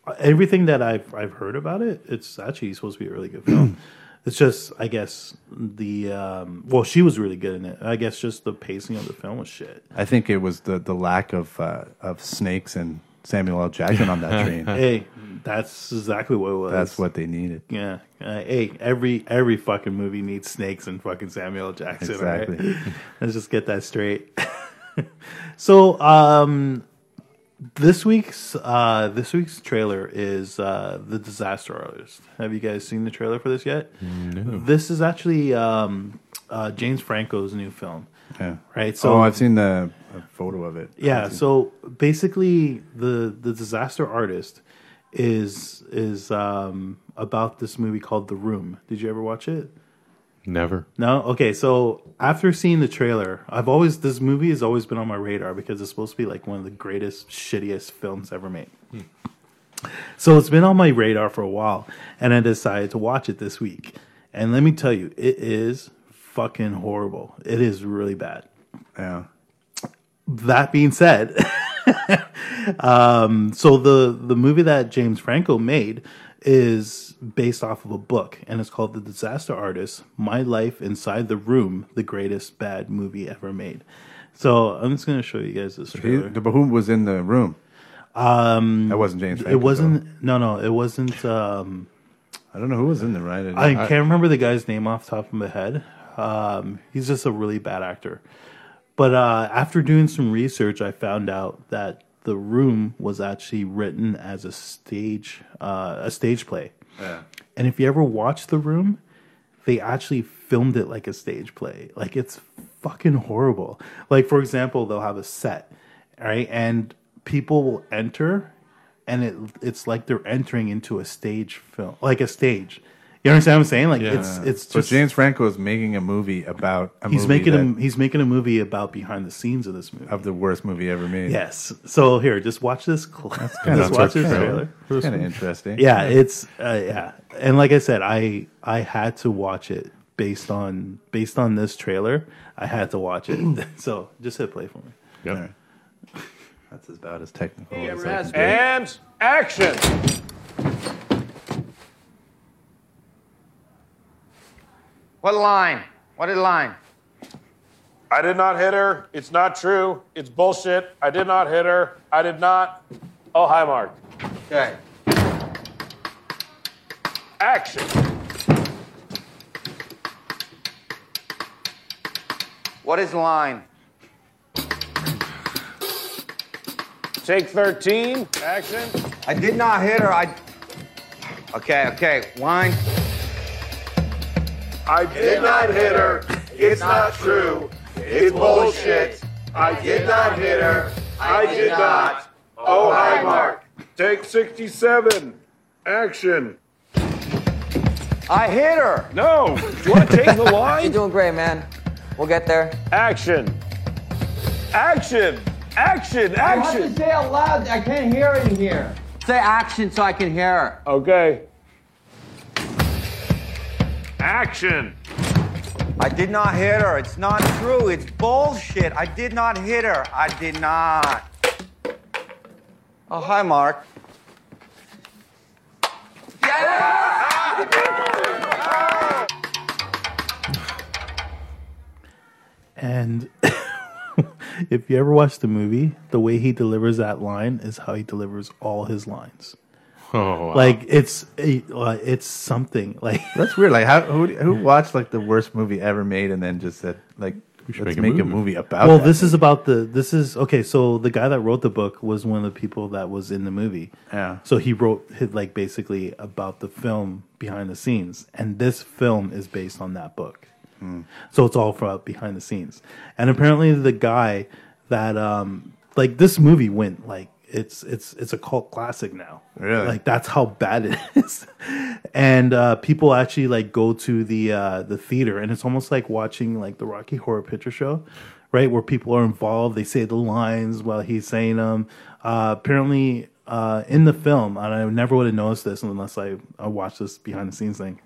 Speaker 2: I- everything that I've I've heard about it, it's actually supposed to be a really good film. it's just I guess the um, well, she was really good in it. I guess just the pacing of the film was shit.
Speaker 3: I think it was the the lack of uh, of snakes and Samuel L. Jackson on that train.
Speaker 2: hey, that's exactly what it was.
Speaker 3: That's what they needed.
Speaker 2: Yeah. Uh, hey, every every fucking movie needs snakes and fucking Samuel L. Jackson. all right?
Speaker 3: Exactly.
Speaker 2: Let's just get that straight. so, um, this week's uh, this week's trailer is uh, the Disaster Artist. Have you guys seen the trailer for this yet? No. This is actually um, uh, James Franco's new film,
Speaker 3: Yeah.
Speaker 2: right?
Speaker 3: So oh, I've seen the a photo of it.
Speaker 2: yeah so basically the the disaster artist is is um about this movie called the room did you ever watch it
Speaker 1: Never.
Speaker 2: no okay so after seeing the trailer i've always this movie has always been on my radar because it's supposed to be like one of the greatest shittiest films ever made so it's been on my radar for a while and i decided to watch it this week and let me tell you it is fucking horrible it is really bad
Speaker 3: yeah.
Speaker 2: that being said, um, so the the movie that James Franco made is based off of a book, and it's called The Disaster Artist: My Life Inside the Room, the greatest bad movie ever made. So I'm just gonna show you guys this
Speaker 3: He,
Speaker 2: trailer.
Speaker 3: the but who was in the room? Um, that wasn't James. Franco,
Speaker 2: It wasn't no no it wasn't. Um,
Speaker 3: though. I don't know who was in the right.
Speaker 2: I can't remember the guy's name off the top of my head. Um, he's just a really bad actor. But uh, after doing some research, I found out that the room was actually written as a stage uh, a stage play.
Speaker 3: Yeah.
Speaker 2: And if you ever watch the room, they actually filmed it like a stage play. Like it's fucking horrible. Like for example, they'll have a set, right? And people will enter and it it's like they're entering into a stage film, like a stage. You understand what I'm saying? Like it's it's
Speaker 3: So
Speaker 2: just
Speaker 3: James Franco is making a movie about a
Speaker 2: he's
Speaker 3: movie
Speaker 2: making
Speaker 3: that-
Speaker 2: a, he's making a movie about behind the scenes of this movie.
Speaker 3: of the worst movie ever made.
Speaker 2: Yes. So here, just watch this. Cl-
Speaker 3: kinda
Speaker 2: just watch this
Speaker 3: interesting.
Speaker 2: trailer.
Speaker 3: it's kind of interesting.
Speaker 2: yeah it's uh, yeah and like i said i i had to watch it based on based on this trailer i had to watch it so just hit play for me
Speaker 1: Yep.
Speaker 3: that's about as technical. as I can do.
Speaker 4: And action!
Speaker 5: What line? What a line.
Speaker 4: I did not hit her. It's not true. It's bullshit. I did not hit her. I did not. Oh, hi, Mark.
Speaker 5: Okay.
Speaker 4: Action.
Speaker 5: What is line?
Speaker 4: Take 13. Action.
Speaker 5: I did not hit her. I. Okay, okay. Line.
Speaker 4: I did not hit her. It's not true. It's bullshit. I did not hit her. I did not. Oh, hi, Mark. Take 67. Action.
Speaker 5: I hit her.
Speaker 4: No. Do you want to take the
Speaker 6: You're
Speaker 4: line?
Speaker 6: doing great, man. We'll get there.
Speaker 4: Action. Action. Action. Action.
Speaker 5: say out loud. I can't hear it in here. Say action so I can hear her.
Speaker 4: Okay. Action.
Speaker 5: I did not hit her. It's not true. It's bullshit. I did not hit her. I did not. Oh, hi, Mark.
Speaker 2: And if you ever watch the movie, the way he delivers that line is how he delivers all his lines.
Speaker 1: Oh, wow.
Speaker 2: Like it's a, uh, it's something like
Speaker 3: That's weird. Like, how who who watched like the worst movie ever made and then just said like,
Speaker 1: should
Speaker 3: let's
Speaker 1: make
Speaker 3: make,
Speaker 1: a
Speaker 3: a, movie about.
Speaker 2: well
Speaker 3: that.
Speaker 2: this is about the this is okay so the guy that wrote the book was one of the people that was in the movie
Speaker 3: Yeah.
Speaker 2: so he wrote his, like basically about the film behind the scenes and this film is based on that book so it's all from behind the scenes and apparently the guy that um like this movie went like it's it's it's a cult classic now
Speaker 3: Really?
Speaker 2: like that's how bad it is and uh people actually like go to the uh the theater and it's almost like watching like the rocky horror picture show right where people are involved they say the lines while he's saying them uh apparently uh in the film and i never would have noticed this unless i, I watched this behind the scenes thing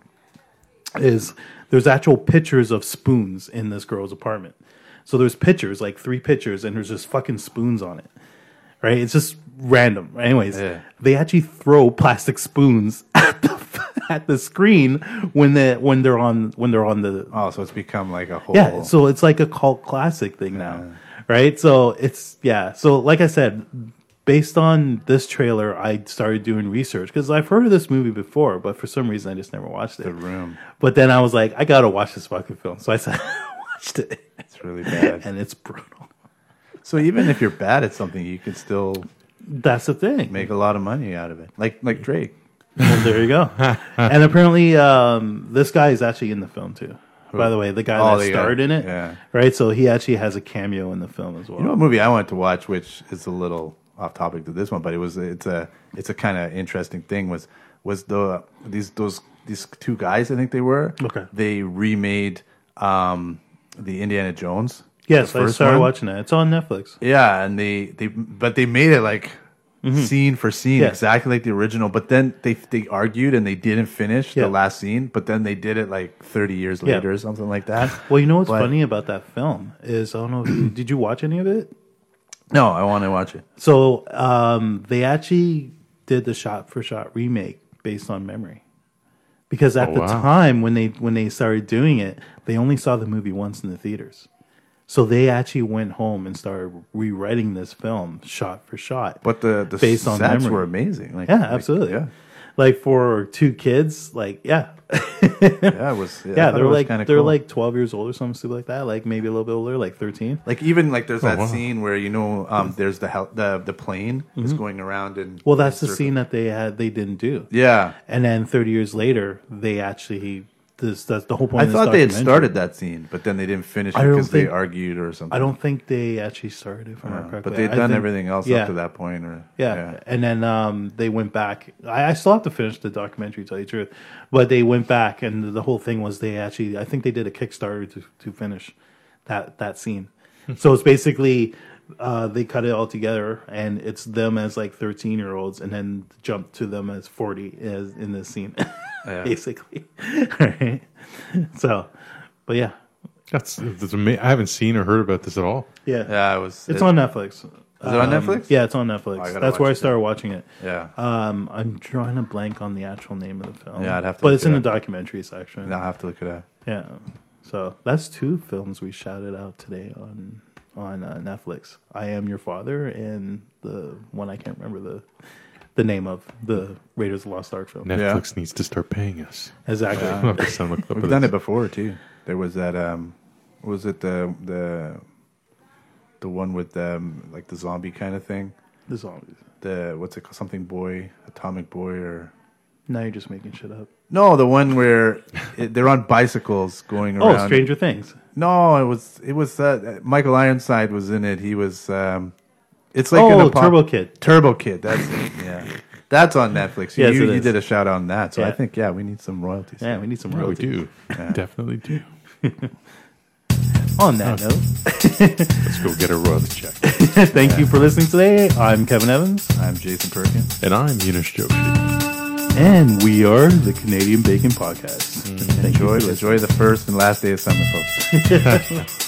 Speaker 2: is there's actual pictures of spoons in this girl's apartment. So there's pictures, like three pictures, and there's just fucking spoons on it. Right? It's just random. Anyways,
Speaker 3: Yeah.
Speaker 2: they actually throw plastic spoons at the at the screen when they when they're on when they're on the
Speaker 3: oh, so it's become like a whole.
Speaker 2: yeah, so it's like a cult classic thing now, right? So it's yeah. So like I said, based on this trailer, I started doing research because I've heard of this movie before, but for some reason I just never watched it. The
Speaker 3: Room.
Speaker 2: But then I was like, I gotta watch this fucking film, so I said, I watched it,
Speaker 3: it's really bad.
Speaker 2: and it's brutal.
Speaker 3: so even if you're bad at something, you can still
Speaker 2: That's the thing.
Speaker 3: make a lot of money out of it. Like like Drake.
Speaker 2: Well, there you go. and apparently, um, this guy is actually in the film too. By the way, the guy
Speaker 3: Oh,
Speaker 2: that
Speaker 3: the guy.
Speaker 2: starred in it,
Speaker 3: Yeah.
Speaker 2: right? So he actually has a cameo in the film as well.
Speaker 3: You know, a movie I wanted to watch, which is a little off topic to this one, but it was it's a it's a kind of interesting thing was was the these those these two guys I think they were
Speaker 2: Okay.
Speaker 3: they remade um the Indiana Jones
Speaker 2: yes,
Speaker 3: the
Speaker 2: I
Speaker 3: first
Speaker 2: started
Speaker 3: one?
Speaker 2: watching it. It's on Netflix.
Speaker 3: yeah and they they but they made it like
Speaker 2: Mm-hmm.
Speaker 3: scene for scene
Speaker 2: Yeah.
Speaker 3: exactly like the original but then they they argued and they didn't finish
Speaker 2: Yeah.
Speaker 3: the last scene but then they did it like 30 years
Speaker 2: Yeah.
Speaker 3: later or something like that
Speaker 2: Well, you know what's
Speaker 3: But-
Speaker 2: funny about that film is I don't know. If you, did you watch any of it?
Speaker 3: no I want to watch it
Speaker 2: So um, they actually did the shot for shot remake based on memory, because at
Speaker 1: Oh,
Speaker 2: the
Speaker 1: wow.
Speaker 2: time when they when they started doing it, they only saw the movie once in the theaters. So they actually went home and started rewriting this film shot for shot.
Speaker 3: but the the
Speaker 2: Based on
Speaker 3: sets
Speaker 2: memory.
Speaker 3: were amazing like
Speaker 2: yeah,
Speaker 3: like,
Speaker 2: absolutely.
Speaker 3: yeah.
Speaker 2: Like for two kids, like yeah,
Speaker 3: Yeah, it was. I
Speaker 2: yeah,
Speaker 3: thought it
Speaker 2: they're
Speaker 3: was
Speaker 2: like
Speaker 3: kinda
Speaker 2: they're
Speaker 3: cool.
Speaker 2: like twelve years old or something stupid like that, like maybe a little bit older, like thirteen.
Speaker 3: like even like there's that
Speaker 1: wow.
Speaker 3: scene where you know um there's the hel- the the plane is going around and
Speaker 2: Mm-hmm. Well, that's the
Speaker 3: circle.
Speaker 2: scene that they had they didn't do.
Speaker 3: Yeah,
Speaker 2: And then 30 years later, they actually this that's the whole point.
Speaker 3: I
Speaker 2: of this
Speaker 3: thought they had
Speaker 2: documentary.
Speaker 3: started that scene, but then they didn't finish it
Speaker 2: I don't
Speaker 3: because they
Speaker 2: think-
Speaker 3: argued or something.
Speaker 2: I don't think they actually started, if I remember
Speaker 3: Yeah,
Speaker 2: correctly.
Speaker 3: Oh, but they'd
Speaker 2: I
Speaker 3: done
Speaker 2: think-
Speaker 3: everything else
Speaker 2: yeah,
Speaker 3: up to that point. Or
Speaker 2: Yeah. and then um, they went back. I, I still have to finish the documentary, to tell you the truth. But they went back, and the whole thing was they actually, I think they did a Kickstarter to, to finish that that scene. so it's basically uh, they cut it all together, and it's them as like thirteen year olds, and then jump to them as forty as in this scene, basically. Right? So, but yeah,
Speaker 1: that's, that's amazing. I haven't seen or heard about this at all.
Speaker 2: yeah,
Speaker 3: yeah, it was.
Speaker 2: It's
Speaker 3: it-
Speaker 2: on Netflix. Um,
Speaker 3: Is it on Netflix? Oh,
Speaker 2: Yeah, it's on
Speaker 3: I
Speaker 2: Netflix.
Speaker 3: gotta
Speaker 2: That's where
Speaker 3: watch
Speaker 2: I
Speaker 3: it.
Speaker 2: started watching it.
Speaker 3: yeah.
Speaker 2: Um, I'm drawing a blank on the actual name of the film.
Speaker 3: Yeah, I'd have to
Speaker 2: But
Speaker 3: look
Speaker 2: it's
Speaker 3: it
Speaker 2: in
Speaker 3: up.
Speaker 2: the documentary section.
Speaker 3: And I'll have to look it up.
Speaker 2: Yeah. So that's two films we shouted out today on on uh, Netflix. I am your father and the one I can't remember the the name of the Raiders of the Lost Ark film.
Speaker 1: Netflix needs to start paying us.
Speaker 2: Exactly.
Speaker 1: I'll have to send them a clip
Speaker 3: Uh, We've
Speaker 1: of
Speaker 3: done
Speaker 1: this.
Speaker 3: it before too. There was that. Um, what was it the the the one with um, like the zombie kind of thing?
Speaker 2: the zombies.
Speaker 3: The what's it called? Something boy, atomic boy, or
Speaker 2: Now you're just making shit up.
Speaker 3: no, the one where it, they're on bicycles going
Speaker 2: Oh,
Speaker 3: around.
Speaker 2: Stranger Things.
Speaker 3: No, it was it was uh, Michael Ironside was in it. He was. Um, it's like
Speaker 2: Oh,
Speaker 3: an apo-
Speaker 2: Turbo Kid.
Speaker 3: Turbo Kid. That's it. Yeah, that's on Netflix. You,
Speaker 2: Yes,
Speaker 3: you,
Speaker 2: it
Speaker 3: you
Speaker 2: is.
Speaker 3: did a shout on that, so I
Speaker 2: Yeah.
Speaker 3: think yeah, we need some royalties.
Speaker 2: Yeah, we need some
Speaker 1: Yeah, we
Speaker 2: royalties.
Speaker 1: do. Definitely do.
Speaker 2: On that note,
Speaker 1: Let's go get a royalty check.
Speaker 2: thank you for listening today. I'm Kevin Evans,
Speaker 3: I'm Jason Perkins.
Speaker 1: And I'm Eunice Joshi.
Speaker 2: and we are the
Speaker 3: Mm.
Speaker 2: Canadian Bacon Podcast. Thank you for
Speaker 3: Enjoy,
Speaker 2: listening.
Speaker 3: enjoy the first and last day of summer, folks.